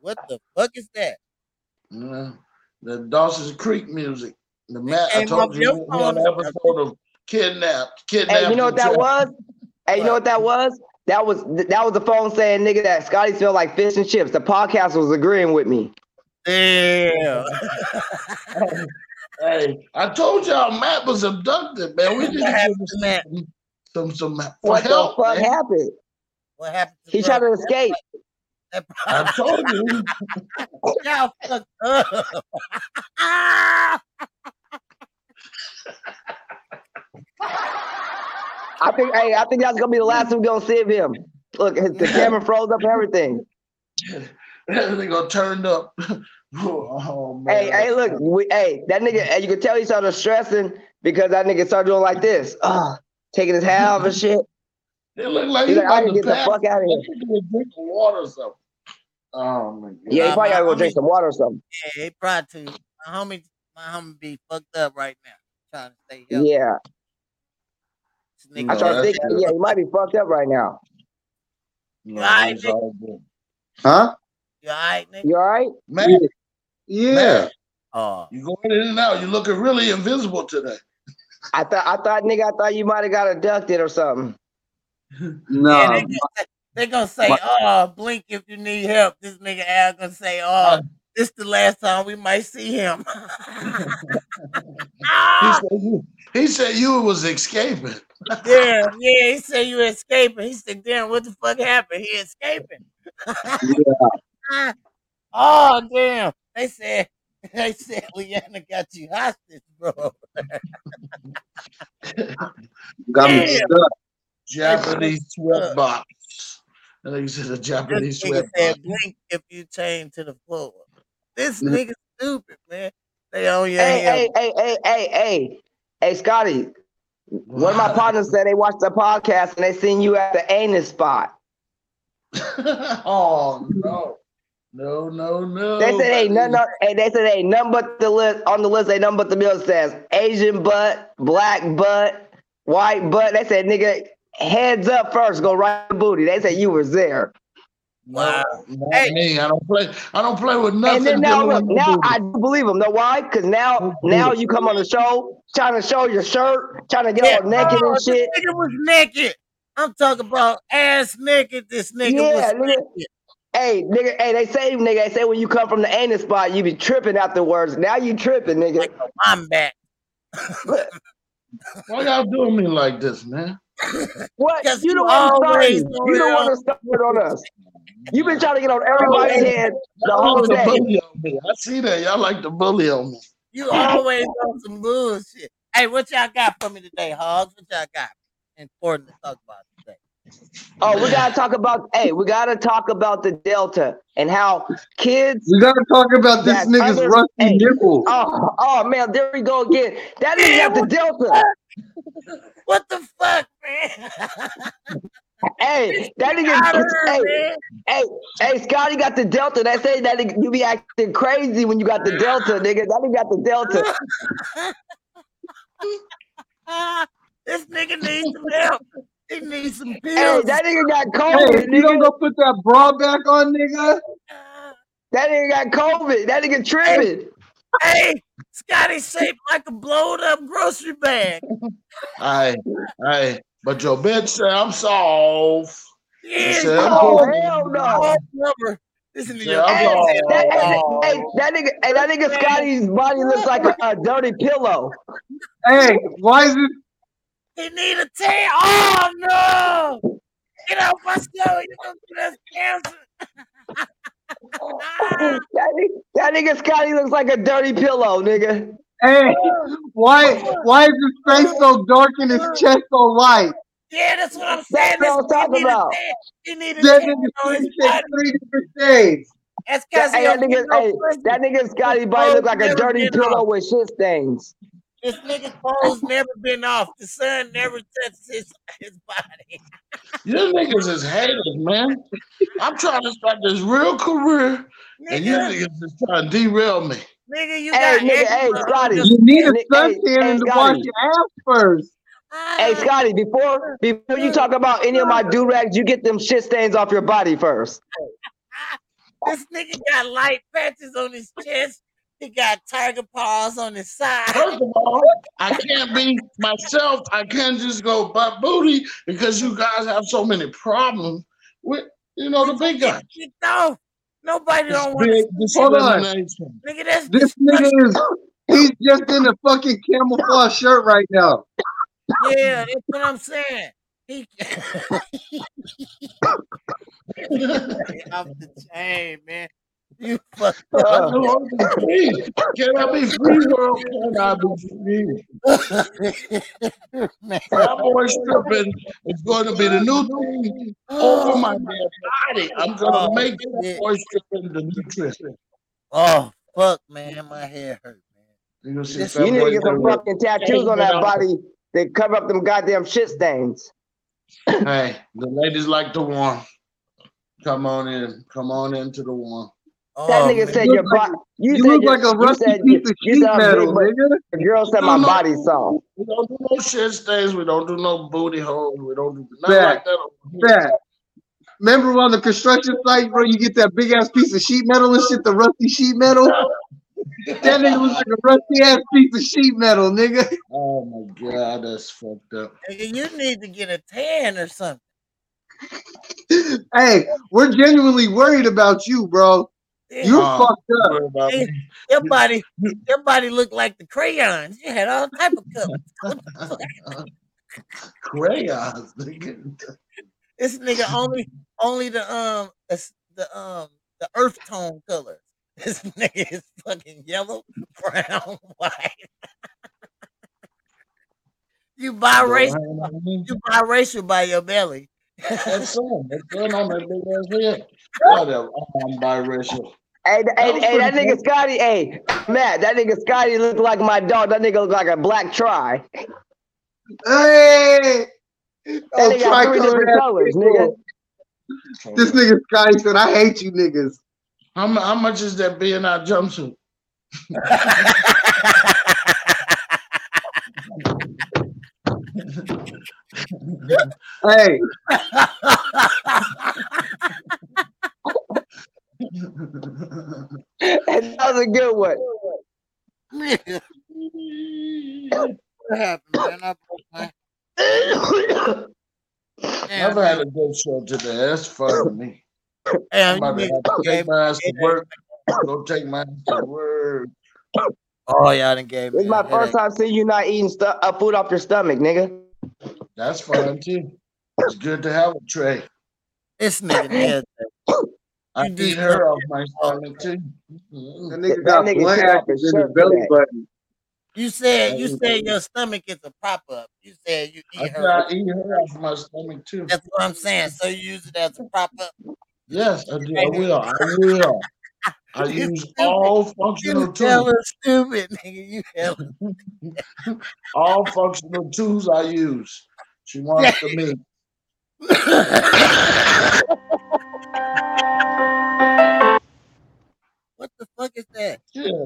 Speaker 1: What the fuck is that?
Speaker 4: Yeah. Uh, The Dawson's Creek music. The Matt, I
Speaker 1: came off
Speaker 4: told you,
Speaker 1: your
Speaker 4: he on
Speaker 1: phone or
Speaker 4: an episode of Kidnapped. Kidnapped.
Speaker 3: Hey, you know
Speaker 4: and
Speaker 3: what that
Speaker 4: Trapped.
Speaker 3: was? Hey, you know what that was? That was that was the phone saying, nigga, that Scotty smelled like fish and chips. The podcast was agreeing with me.
Speaker 1: Damn.
Speaker 4: Hey, I told y'all Matt was abducted, man. We need to give him
Speaker 1: to Matt?
Speaker 4: some some, some
Speaker 3: What
Speaker 4: help,
Speaker 3: the fuck
Speaker 4: man.
Speaker 3: happened?
Speaker 1: What happened to
Speaker 3: He tried
Speaker 1: brother?
Speaker 3: to escape.
Speaker 1: That
Speaker 4: I told you.
Speaker 1: y'all fucked up. Ah!
Speaker 3: I think hey, I think that's gonna be the last time we're gonna see of him. Look, his, the camera froze up and everything.
Speaker 4: Everything gonna turn up. oh man.
Speaker 3: Hey, hey, look, we, hey, that nigga, hey, you can tell he started stressing because that nigga started doing like this. Uh, taking his hat off and shit.
Speaker 4: It looked like
Speaker 3: He's
Speaker 4: he
Speaker 3: like, I
Speaker 4: about
Speaker 3: can
Speaker 4: to
Speaker 3: get the
Speaker 4: pass.
Speaker 3: fuck out of
Speaker 4: That
Speaker 3: here.
Speaker 4: nigga was drinking water or something. Oh my god.
Speaker 3: Yeah, he
Speaker 1: Nah,
Speaker 3: probably
Speaker 1: my
Speaker 3: gotta go
Speaker 1: homie-
Speaker 3: drink some water or something.
Speaker 1: Yeah, he tried to. My homie, my homie be fucked up right now, trying to stay healthy.
Speaker 3: Yeah.
Speaker 1: This
Speaker 4: You
Speaker 1: nigga
Speaker 3: I
Speaker 4: know,
Speaker 3: try to
Speaker 4: that's
Speaker 3: think,
Speaker 1: got
Speaker 4: good.
Speaker 3: yeah, he might be fucked up right now.
Speaker 4: No,
Speaker 1: Right,
Speaker 4: that's
Speaker 1: nigga.
Speaker 4: all good.
Speaker 2: Huh?
Speaker 1: you all right, nigga.
Speaker 3: You all right?
Speaker 4: Matt,
Speaker 2: Yeah.
Speaker 4: Matt,
Speaker 1: Oh,
Speaker 4: you going in and out. You're looking really invisible today.
Speaker 3: I thought, I thought, nigga, I thought you might have got abducted or something.
Speaker 1: yeah. They
Speaker 2: No.
Speaker 1: gonna say, they gonna say,
Speaker 2: my-
Speaker 1: "Oh, blink if you need help." This nigga Al gonna say, "Oh, this the last time we might see him."
Speaker 4: He
Speaker 1: ah!
Speaker 4: said you, he said you was escaping.
Speaker 1: Damn, yeah. He said you escaping. He said, "Damn, what the fuck happened? He escaping." oh damn! They said they said Leanna got you hostage, bro.
Speaker 2: Got me
Speaker 1: Damn.
Speaker 2: stuck.
Speaker 4: Japanese sweat box. And he said a
Speaker 1: This
Speaker 4: Japanese
Speaker 1: nigga
Speaker 4: sweat box.
Speaker 1: said, blink if you chain to the floor. This nigga stupid, man. They on your
Speaker 3: Hey,
Speaker 1: head.
Speaker 3: hey, hey, hey, hey, hey, hey, Scotty. One of my partners said they watched the podcast and they seen you at the anus spot.
Speaker 4: oh no. No, no, no.
Speaker 3: They said ain't nothing.
Speaker 4: buddy.
Speaker 3: On, hey, they said ain't nothing but the list on the list. Ain't nothing but the bill says Asian butt, black butt, white butt. They said nigga heads up first, go right to booty. They said you was there.
Speaker 4: No,
Speaker 1: Wow.
Speaker 4: not
Speaker 1: Hey.
Speaker 4: me. I don't play. I don't play with nothing.
Speaker 3: And then now
Speaker 4: dealing
Speaker 3: look,
Speaker 4: with
Speaker 3: now
Speaker 4: nudity.
Speaker 3: I do believe him. Know why? Because now now you come on the show trying to show your shirt, trying to get
Speaker 1: Yeah.
Speaker 3: all naked
Speaker 1: Oh,
Speaker 3: and
Speaker 1: this
Speaker 3: shit.
Speaker 1: nigga was naked. I'm talking about ass naked. This nigga was
Speaker 3: Yeah, nigga.
Speaker 1: naked.
Speaker 3: Hey, nigga, hey, they say nigga, they say when you come from the anus spot, you be tripping afterwards. Now you tripping, nigga.
Speaker 1: Like a wombat.
Speaker 4: Why y'all doing me like this, man?
Speaker 3: What?
Speaker 1: Because
Speaker 3: You
Speaker 1: you
Speaker 3: the one
Speaker 1: always
Speaker 3: starting.
Speaker 1: on
Speaker 3: You the
Speaker 1: your
Speaker 3: one
Speaker 1: own.
Speaker 3: that started on us. You've been trying to get on
Speaker 4: Y'all
Speaker 3: everybody's
Speaker 4: like,
Speaker 3: head the
Speaker 4: y'all
Speaker 3: whole
Speaker 4: like to
Speaker 3: day.
Speaker 4: bully on me. I see that. Y'all like to bully on me.
Speaker 1: You always on some bullshit. Hey, what y'all got for me today, Hogs? What y'all got important to talk about today?
Speaker 3: Oh, we gotta talk about. Hey, we gotta talk about the Delta and how kids.
Speaker 2: We gotta talk about this
Speaker 3: That
Speaker 2: nigga's
Speaker 3: other-
Speaker 2: rusty
Speaker 3: hey.
Speaker 2: nipple.
Speaker 3: Oh, oh man, there we go again. That nigga got the Delta.
Speaker 1: What the fuck, man?
Speaker 3: Hey,
Speaker 1: I
Speaker 3: that nigga. Hey,
Speaker 1: heard, man.
Speaker 3: hey, hey, Scotty got the Delta. They say that nigga- you be acting crazy when you got the Delta, nigga. That nigga got the Delta.
Speaker 1: Ah, this nigga needs some help. He needs some
Speaker 3: Hey,
Speaker 1: pills.
Speaker 3: that nigga got
Speaker 2: Hey,
Speaker 3: COVID,
Speaker 2: if you don't
Speaker 3: nigga.
Speaker 2: go put that bra back on, nigga.
Speaker 1: Ah,
Speaker 3: That nigga got COVID. That nigga tripping.
Speaker 1: hey, Scotty shaped like a blown up grocery bag.
Speaker 4: Hey, hey, but your bitch say I'm soft.
Speaker 1: Yeah,
Speaker 4: Say,
Speaker 1: you
Speaker 4: I'm
Speaker 3: Oh
Speaker 4: soft.
Speaker 3: hell no.
Speaker 1: all over. Listen to
Speaker 4: Say,
Speaker 1: your
Speaker 4: I'm Oh.
Speaker 3: Hey,
Speaker 4: soft.
Speaker 3: that, hey, hey, that nigga, hey, that nigga Scotty's body looks like a, a dirty pillow.
Speaker 2: Hey, why is it?
Speaker 1: He need a tan. Oh no! Get off my show. You gonna get us cancer?
Speaker 3: that, nigga, that nigga Scotty looks like a dirty pillow, nigga.
Speaker 2: Hey, why? Why is his face so dark and his chest so light?
Speaker 1: Yeah, that's what I'm saying. This
Speaker 3: That's what I'm talking
Speaker 1: he need
Speaker 3: about.
Speaker 1: a tan. He need a
Speaker 2: That
Speaker 1: tan
Speaker 2: nigga's
Speaker 1: on
Speaker 2: skin
Speaker 1: his
Speaker 2: shakes
Speaker 1: body.
Speaker 2: three different shades.
Speaker 1: That's
Speaker 3: That,
Speaker 1: because he
Speaker 3: hey, that
Speaker 1: don't get
Speaker 3: nigga,
Speaker 1: no
Speaker 3: hey,
Speaker 1: pussy.
Speaker 3: that nigga Scotty body
Speaker 1: Clothes
Speaker 3: looks like a
Speaker 1: never
Speaker 3: dirty
Speaker 1: been
Speaker 3: pillow
Speaker 1: off.
Speaker 3: with shit stains.
Speaker 1: This nigga's clothes never been off. The sun never touches his, his body.
Speaker 4: You niggas is haters, man. I'm trying to start this real career, and you
Speaker 1: Nigga,
Speaker 4: niggas is trying to derail me.
Speaker 1: nigga, you
Speaker 3: Hey,
Speaker 1: got
Speaker 3: nigga, hey,
Speaker 1: eczema on
Speaker 3: Scotty.
Speaker 1: your
Speaker 2: You need
Speaker 3: Hey,
Speaker 2: a
Speaker 3: Nick- hey,
Speaker 2: suntan
Speaker 3: hey,
Speaker 2: and to wash
Speaker 3: Scotty.
Speaker 2: your ass first.
Speaker 3: Hey,
Speaker 1: ah,
Speaker 3: Scotty, before before you talk about any of my do-rags, you get them shit stains off your body first.
Speaker 1: This nigga got light patches on his chest. He got tiger paws on his side.
Speaker 4: First of all, I can't be myself. I can't just go butt booty because you guys have so many problems with, you know, the big guy.
Speaker 1: Get off. Nobody
Speaker 4: It's
Speaker 1: don't want
Speaker 4: big
Speaker 1: to see
Speaker 2: Hold
Speaker 1: that.
Speaker 2: on.
Speaker 4: discrimination.
Speaker 1: Nigga, that's
Speaker 2: This
Speaker 1: destruction.
Speaker 2: nigga is. He's just in a fucking camouflage shirt right now.
Speaker 1: Yeah, that's what I'm saying. He off the chain, man. You fucked
Speaker 4: I
Speaker 3: Uh,
Speaker 4: do want to be free. Can I be free, world? Can I be free?
Speaker 1: up. man.
Speaker 4: Fat boy stripping is going to be the new thing over my dead body. I'm going to
Speaker 1: Oh,
Speaker 4: make fat
Speaker 1: shit.
Speaker 4: boy stripping the new trend.
Speaker 1: Oh, fuck, man. My hair hurt, man.
Speaker 4: You're going to see
Speaker 1: This
Speaker 4: fat
Speaker 3: you need
Speaker 4: boy
Speaker 3: to get some
Speaker 4: do it.
Speaker 3: fucking tattoos on that body that cover up them goddamn shit stains.
Speaker 4: Hey, the ladies like the one. Come on in. Come on into the one.
Speaker 3: That
Speaker 1: Oh,
Speaker 3: nigga
Speaker 1: man.
Speaker 3: said
Speaker 2: You
Speaker 3: your
Speaker 2: look
Speaker 3: body.
Speaker 2: like,
Speaker 3: You
Speaker 2: you
Speaker 3: said
Speaker 2: look
Speaker 3: your,
Speaker 2: like a
Speaker 3: you
Speaker 2: rusty
Speaker 3: said
Speaker 2: piece of
Speaker 3: you
Speaker 2: sheet
Speaker 3: said I'm big,
Speaker 2: metal,
Speaker 3: but
Speaker 2: nigga.
Speaker 3: the girl
Speaker 4: We
Speaker 3: said my
Speaker 4: don't, know,
Speaker 3: body's soft.
Speaker 4: we don't do no shit stains. We don't do no booty holes. We don't do nothing
Speaker 2: Fat,
Speaker 4: like that. over here.
Speaker 2: fat. Remember on the construction site, bro, you get that big ass piece of sheet metal and shit, the rusty sheet metal? That nigga looks like a rusty ass piece of sheet metal, nigga.
Speaker 4: Oh my god, that's fucked up.
Speaker 1: Nigga, you need to get a tan or something.
Speaker 2: Hey, we're genuinely worried about you, bro.
Speaker 1: Yeah.
Speaker 2: You're
Speaker 4: Uh,
Speaker 2: fucked up.
Speaker 4: worry about
Speaker 1: Hey,
Speaker 4: me.
Speaker 1: Your body, your body looked like the crayons. You had all type of colors. What the fuck?
Speaker 4: Crayons, nigga.
Speaker 1: This nigga only, only the um, es- the um, the earth tone colors. This nigga is fucking yellow, brown, white. You biracial,
Speaker 4: Brown.
Speaker 1: you biracial by your belly.
Speaker 4: That's on. That's on on that big ass head. Whatever. I'm biracial.
Speaker 3: Hey, th- hey,
Speaker 4: That was
Speaker 3: hey, that
Speaker 4: pretty
Speaker 3: nigga Scotty, hey, Matt, that nigga Scotty looked like my dog. That nigga looked like a black tri.
Speaker 2: Hey!
Speaker 3: That
Speaker 2: Oh,
Speaker 3: nigga got three
Speaker 2: tricolored
Speaker 3: different
Speaker 2: ass
Speaker 3: colors, nigga.
Speaker 2: people. This nigga Sky said, I hate you niggas.
Speaker 4: How, mu- how much is that being our jumpsuit?
Speaker 2: Hey,
Speaker 3: that was a good one.
Speaker 1: Nigga, what happened, man? I broke my
Speaker 4: I've
Speaker 1: damn.
Speaker 4: had a good show today. That's fun to me. I'm
Speaker 1: damn, you
Speaker 4: about to
Speaker 1: need
Speaker 4: have to
Speaker 1: to
Speaker 4: take
Speaker 1: give me
Speaker 4: my ass to
Speaker 1: a headache.
Speaker 4: work. Go take my ass to work.
Speaker 1: Oh, y'all done gave
Speaker 3: It's
Speaker 1: me a
Speaker 3: my first
Speaker 1: headache.
Speaker 3: time seeing you not eating stu- uh, food off your stomach, nigga.
Speaker 4: That's fun too. It's good to have a tray.
Speaker 1: This nigga nails.
Speaker 4: I
Speaker 1: You
Speaker 4: beat
Speaker 1: just Mm-hmm.
Speaker 4: her off my stomach too. Mhm.
Speaker 2: That nigga
Speaker 3: That
Speaker 2: got
Speaker 3: nigga
Speaker 2: one
Speaker 3: shut up
Speaker 2: acid in
Speaker 3: and
Speaker 2: his
Speaker 3: shut
Speaker 2: belly
Speaker 3: that.
Speaker 2: button.
Speaker 1: you said you
Speaker 4: Mhm.
Speaker 1: said your stomach is a prop up. You said you
Speaker 4: I
Speaker 1: eat
Speaker 4: said
Speaker 1: her.
Speaker 4: I eat her off my stomach too.
Speaker 1: That's what I'm saying. So you use it as a prop up.
Speaker 4: Yes, I do. I
Speaker 1: Right here.
Speaker 4: will. I will. I
Speaker 1: It's
Speaker 4: use
Speaker 1: stupid.
Speaker 4: all
Speaker 1: You
Speaker 4: functional tools.
Speaker 1: hella stupid, nigga. You hella
Speaker 4: all functional tools I use. She wants to make.
Speaker 1: what the fuck is that?
Speaker 4: Yeah.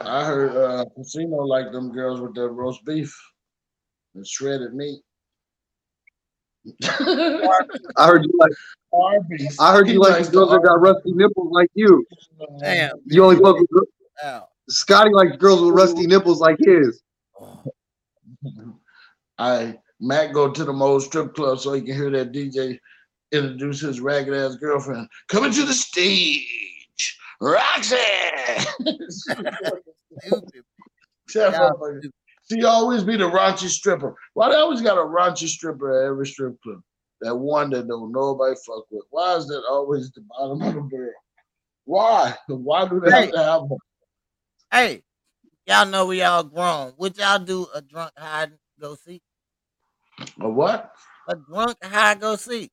Speaker 4: I heard uh, Casino like them girls with their roast beef and shredded meat.
Speaker 2: I heard you like
Speaker 4: Arby's.
Speaker 2: I heard you
Speaker 4: He
Speaker 2: like
Speaker 4: likes
Speaker 2: the girls that got
Speaker 4: Arby's.
Speaker 2: rusty nipples like you.
Speaker 1: Damn.
Speaker 2: You only fuck with gir-
Speaker 1: Ow.
Speaker 2: Scotty likes girls with rusty nipples like his.
Speaker 1: oh,
Speaker 4: I Matt go to the old strip club so he can hear that DJ introduce his ragged ass girlfriend. Coming to the stage, Roxanne.
Speaker 1: Stupid.
Speaker 4: That
Speaker 1: Y'all
Speaker 4: motherfucker.
Speaker 1: stupid.
Speaker 4: She always be the raunchy stripper. Why they always got a raunchy stripper at every strip club? That one that don't nobody fuck with. Why is that always the bottom of the barrel? Why? Why do they have to have one?
Speaker 1: Hey, y'all know we all grown. Would y'all do a drunk hide and go seek?
Speaker 4: A what?
Speaker 1: A drunk hide go seek.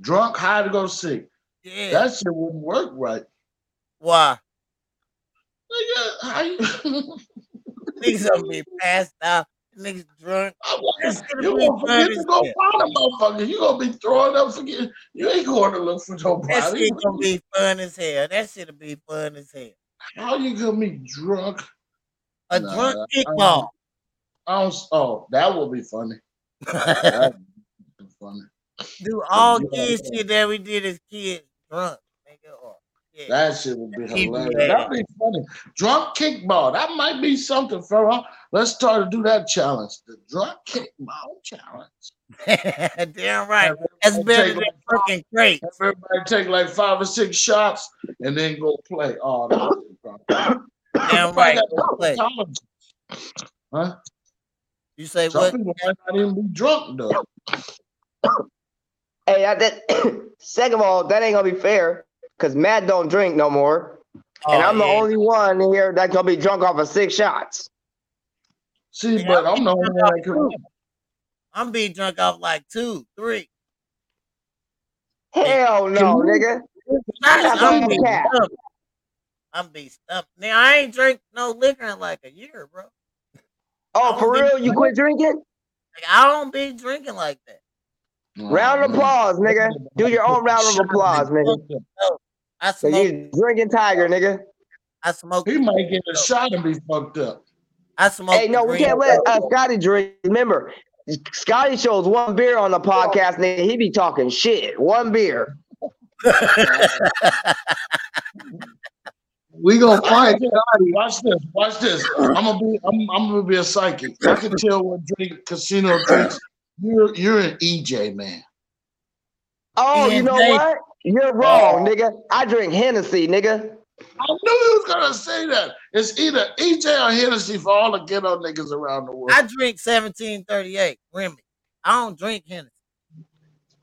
Speaker 4: Drunk, high to go sick.
Speaker 1: Yeah.
Speaker 4: That shit wouldn't work right.
Speaker 1: Why?
Speaker 4: Nigga, how you?
Speaker 1: Niggas gonna be passed out. Niggas drunk.
Speaker 4: I'm like,
Speaker 1: That's gonna
Speaker 4: you
Speaker 1: be
Speaker 4: gonna
Speaker 1: fun
Speaker 4: forget to
Speaker 1: as
Speaker 4: go
Speaker 1: hell.
Speaker 4: find a motherfucker. You gonna be throwing up. Forget you ain't going to look for
Speaker 1: That
Speaker 4: nobody.
Speaker 1: shit gonna be fun as hell. That shit'll be fun as hell.
Speaker 4: How you gonna be drunk?
Speaker 1: A
Speaker 4: Nah,
Speaker 1: drunk
Speaker 4: I
Speaker 1: kickball.
Speaker 4: I don't. Oh, that would be funny. That would be funny.
Speaker 1: do all
Speaker 4: You know,
Speaker 1: kids shit that we did as kids drunk, nigga. Or, yeah.
Speaker 4: That shit would be
Speaker 1: Keep
Speaker 4: hilarious.
Speaker 1: it
Speaker 4: That'd be funny. Drunk kickball. That might be something, fella. Let's try to do that challenge. The drunk kickball challenge.
Speaker 1: Damn right.
Speaker 4: Have
Speaker 1: That's better
Speaker 4: everybody, take like
Speaker 1: than
Speaker 4: five,
Speaker 1: fucking crates.
Speaker 4: have everybody take like five or six shots and then go play. Oh, that's
Speaker 1: Damn right. Go play.
Speaker 4: Huh?
Speaker 1: You say
Speaker 4: Some
Speaker 1: what?
Speaker 4: people might not even be drunk though.
Speaker 3: Hey, I, that, second of all, that ain't gonna be fair because Matt don't drink no more, and
Speaker 1: Oh,
Speaker 3: I'm the
Speaker 1: yeah.
Speaker 3: only one here that gonna be drunk off of six shots.
Speaker 4: See,
Speaker 1: Yeah,
Speaker 4: but I'm the only one that can
Speaker 1: too. I'm being drunk off like two, three.
Speaker 3: Hell no,
Speaker 4: Can you-
Speaker 3: nigga.
Speaker 1: Shots,
Speaker 3: That's
Speaker 1: I'm
Speaker 3: all
Speaker 1: being
Speaker 3: cap.
Speaker 1: stumped. I'm being stumped. Now, I ain't drink no liquor in like a year, bro.
Speaker 3: Oh, for
Speaker 1: I don't
Speaker 3: real? You quit drinking?
Speaker 1: Like, I don't be drinking like that.
Speaker 3: Round of applause, nigga. Do your own round of applause, nigga.
Speaker 1: I
Speaker 3: 'Cause
Speaker 1: smoke.
Speaker 3: you drinking Tiger, nigga.
Speaker 1: I smoke.
Speaker 4: He might get a shot and be fucked up.
Speaker 1: I smoke.
Speaker 3: Hey, no,
Speaker 1: the
Speaker 3: we
Speaker 1: green
Speaker 3: can't let uh, Scotty drink. Remember, Scotty shows one beer on the podcast, nigga. He be talking shit. One beer.
Speaker 2: We gonna
Speaker 4: I
Speaker 2: find
Speaker 4: can tell-
Speaker 2: Scotty.
Speaker 4: Watch this. Watch this. I'm gonna be. I'm, I'm gonna be a psychic. I can tell what drink casino drinks. You're you're an EJ man.
Speaker 3: Oh, you know
Speaker 1: ENJ.
Speaker 3: what? You're
Speaker 1: Oh.
Speaker 3: wrong, nigga. I drink Hennessy, nigga.
Speaker 4: I knew you was gonna say that. It's either EJ or Hennessy for all the ghetto niggas around the world.
Speaker 1: I drink 1738 Remy. I don't drink Hennessy.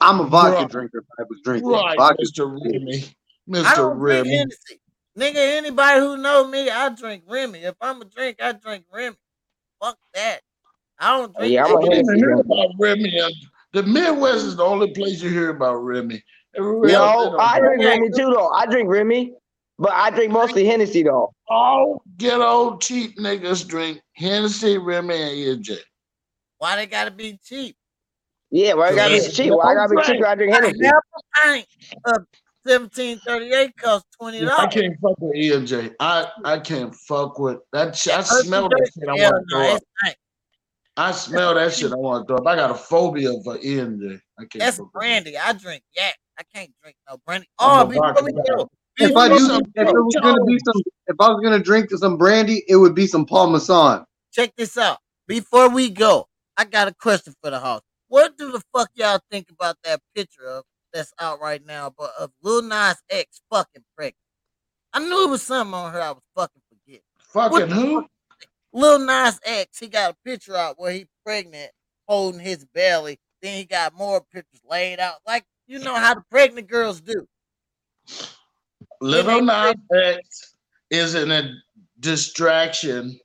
Speaker 2: I'm a vodka
Speaker 4: Bruh.
Speaker 2: drinker. if I was drinking
Speaker 4: right,
Speaker 2: vodka.
Speaker 4: Mr. Remy.
Speaker 1: I
Speaker 4: Mr.
Speaker 1: don't drink
Speaker 4: Remy.
Speaker 1: Hennessy. Nigga, anybody who know me, I drink Remy. If I'm a drink, I drink Remy. Fuck that. I don't drink
Speaker 3: Yeah,
Speaker 4: I
Speaker 3: I'm a
Speaker 4: didn't
Speaker 3: Hennessy
Speaker 4: even hear
Speaker 3: drinker.
Speaker 4: about Remy. The Midwest is the only place you hear about Remy. Everywhere else, they
Speaker 3: No,
Speaker 4: don't
Speaker 3: I
Speaker 4: drink.
Speaker 3: drink Remy too, though. I drink Remy, but I drink mostly Hennessy, though.
Speaker 4: all ghetto cheap niggas drink Hennessy, Remy, and E EJ.
Speaker 1: why they gotta be cheap.
Speaker 3: Yeah, well, I gotta be cheap. Well, I gotta be cheaper. I drink
Speaker 1: A
Speaker 3: Hennessy.
Speaker 1: half a pint of 1738 costs twenty
Speaker 4: Yeah, I
Speaker 1: dollars.
Speaker 4: can't fuck with EJ. E I I can't fuck with that. Shit. I smell that shit. I
Speaker 1: Hell
Speaker 4: want to
Speaker 1: no,
Speaker 4: throw up.
Speaker 1: it's not.
Speaker 4: I smell that shit. I want to throw up. I got a phobia for EJ. I can't.
Speaker 1: That's
Speaker 4: fuck with it.
Speaker 1: brandy. I drink yak. I can't drink no brandy.
Speaker 4: I'm
Speaker 1: Oh,
Speaker 4: a
Speaker 1: before
Speaker 4: vodka
Speaker 1: we
Speaker 4: guy.
Speaker 1: go,
Speaker 2: If
Speaker 1: before
Speaker 2: I do,
Speaker 1: we
Speaker 2: if
Speaker 4: Some
Speaker 2: it was gonna be some, if I was gonna drink some brandy, it would be some Paul Masson.
Speaker 1: check this out. Before we go, I got a question for the house. What do the fuck y'all think about that picture of that's out right now, but of Lil Nas X fucking pregnant? I knew it was something on her I was fucking forgetting.
Speaker 4: Fucking who?
Speaker 1: Lil Nas X, he got a picture out where he pregnant, holding his belly. Then he got more pictures laid out. Like You know how the pregnant girls do.
Speaker 4: Little Nas X is in a distraction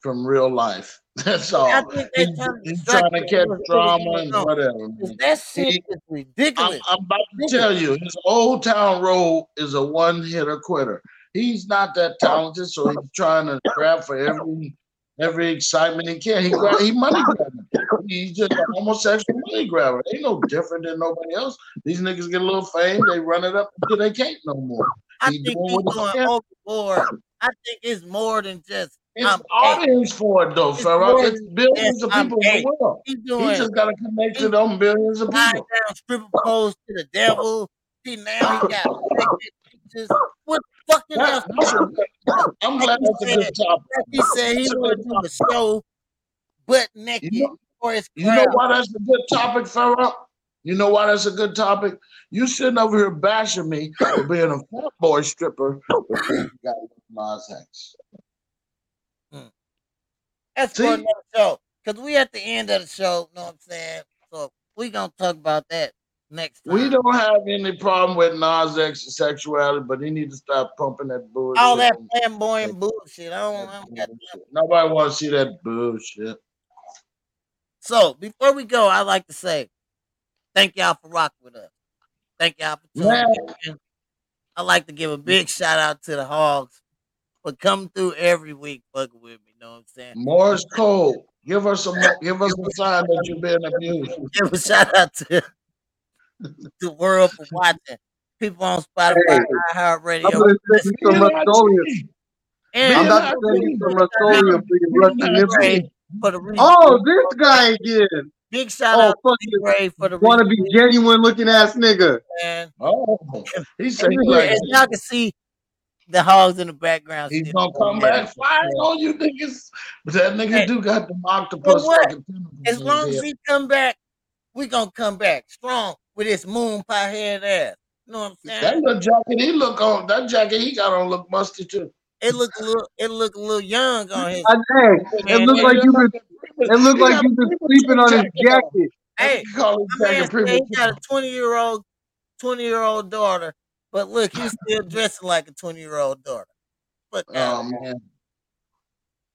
Speaker 4: from real life. That's all.
Speaker 1: I think they're
Speaker 4: Oh, He's-
Speaker 1: trying to
Speaker 4: he's
Speaker 1: distract
Speaker 4: trying to catch
Speaker 1: people.
Speaker 4: drama and
Speaker 1: No.
Speaker 4: whatever. man.
Speaker 1: That shit is
Speaker 4: I'm,
Speaker 1: ridiculous.
Speaker 4: I'm about to tell you, his Old Town Road is a one hitter quitter. He's not that talented, so he's trying to grab for every every excitement he can. He grab, he money grabbing. He's just an homosexual money grabber. Ain't no different than nobody else. These niggas get a little fame, they run it up until they can't no more.
Speaker 1: I
Speaker 4: He
Speaker 1: think
Speaker 4: doing
Speaker 1: he's
Speaker 4: what he
Speaker 1: going
Speaker 4: can.
Speaker 1: overboard. I think it's more than just
Speaker 4: It's
Speaker 1: I'm
Speaker 4: audience for it though,
Speaker 1: It's
Speaker 4: Farrell.
Speaker 1: more
Speaker 4: It's
Speaker 1: than
Speaker 4: billions
Speaker 1: just
Speaker 4: of
Speaker 1: I'm
Speaker 4: people in
Speaker 1: gay.
Speaker 4: the world.
Speaker 1: he's
Speaker 4: He
Speaker 1: doing
Speaker 4: just gotta connect to them billions of
Speaker 1: lying
Speaker 4: people.
Speaker 1: down stripper pose to the devil. See now he got naked pictures. What fucking
Speaker 4: That-
Speaker 1: else?
Speaker 4: that's a good- I'm glad
Speaker 1: Like
Speaker 4: that's a
Speaker 1: you
Speaker 4: good topic.
Speaker 1: He said he
Speaker 4: That's a
Speaker 1: want
Speaker 4: good
Speaker 1: to do a show butt naked
Speaker 4: You know,
Speaker 1: for his
Speaker 4: you
Speaker 1: crowd.
Speaker 4: know why that's a good topic, Farrell? You know why that's a good topic? You sitting over here bashing me for being a fat boy stripper, but then you got Nas X.
Speaker 1: That's for
Speaker 4: See?
Speaker 1: another show. Cause we at the end of the show, know what I'm saying? So we gonna talk about that next time.
Speaker 4: We don't have any problem with Nas X's sexuality, but he need to stop pumping that bullshit.
Speaker 1: all that
Speaker 4: on-
Speaker 1: flamboyant bullshit. I don't,
Speaker 4: that
Speaker 1: I don't got time
Speaker 4: bullshit. Nobody want to see that bullshit.
Speaker 1: So before we go, I like to say thank y'all for rocking with us. Thank y'all for tuning
Speaker 4: Man.
Speaker 1: in. I like to give a big shout out to the Hogs for coming through every week, fucking with me. Know what I'm
Speaker 2: Mm-hmm.
Speaker 1: saying?
Speaker 4: Morris Code, give us a mo- give us a sign that you're being abused.
Speaker 1: Give a shout out to the world for watching. People on Spotify,
Speaker 2: I'm
Speaker 1: iHeartRadio,
Speaker 2: gonna send you some
Speaker 4: Being
Speaker 2: Rust-Oleum.
Speaker 4: IG.
Speaker 1: and
Speaker 2: I'm about to
Speaker 4: Yeah.
Speaker 2: send you some Rust-Oleum for your Russian nipples.
Speaker 1: Ray for the re-
Speaker 2: Oh, this guy again.
Speaker 1: Big shout
Speaker 2: Oh,
Speaker 1: out
Speaker 2: fuck
Speaker 1: to Ray for the
Speaker 2: Want to be
Speaker 1: retweet,
Speaker 2: genuine looking ass nigga.
Speaker 1: man.
Speaker 4: Oh, he said
Speaker 1: And
Speaker 4: he
Speaker 1: you-
Speaker 4: like
Speaker 1: as y'all can see, the hogs in the background.
Speaker 4: he's
Speaker 1: still
Speaker 4: gonna come
Speaker 1: mad.
Speaker 4: back firing on you niggas. But that nigga
Speaker 1: Hey.
Speaker 4: do got them
Speaker 1: Well,
Speaker 4: octopus
Speaker 1: what?
Speaker 4: fucking tentacles
Speaker 1: As
Speaker 4: in his
Speaker 1: long as
Speaker 4: head.
Speaker 1: he come back, we gonna come back strong with his moon pie head ass. You know what I'm saying?
Speaker 4: That little jacket he look on, that jacket he got on look musty too.
Speaker 1: it looked a little, it looked a little young on his.
Speaker 2: I, hey, it
Speaker 1: Man,
Speaker 2: looked
Speaker 1: that-
Speaker 2: like you been, it looked like you been sleeping on his jacket.
Speaker 1: Hey,
Speaker 4: He call his
Speaker 1: my man
Speaker 4: jacket
Speaker 1: said
Speaker 4: premature.
Speaker 1: he got a 20 year old, 20 year old daughter, but look, he's still dressing like a 20 year old daughter. Fuck out.
Speaker 4: Oh man.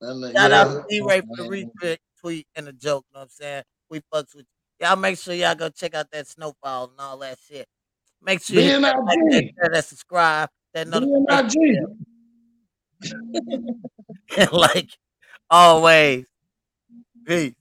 Speaker 4: And the,
Speaker 1: Shout out to
Speaker 4: yeah.
Speaker 1: D Ray for the
Speaker 4: man.
Speaker 1: retweet tweet and the joke. You know what I'm saying? We fucks with you. all make sure y'all go check out that snowfall and all that shit. Make sure you hit that like, that,
Speaker 4: BNIG.
Speaker 1: share, that subscribe, that notification
Speaker 4: BNIG.
Speaker 1: bell, like always. Peace.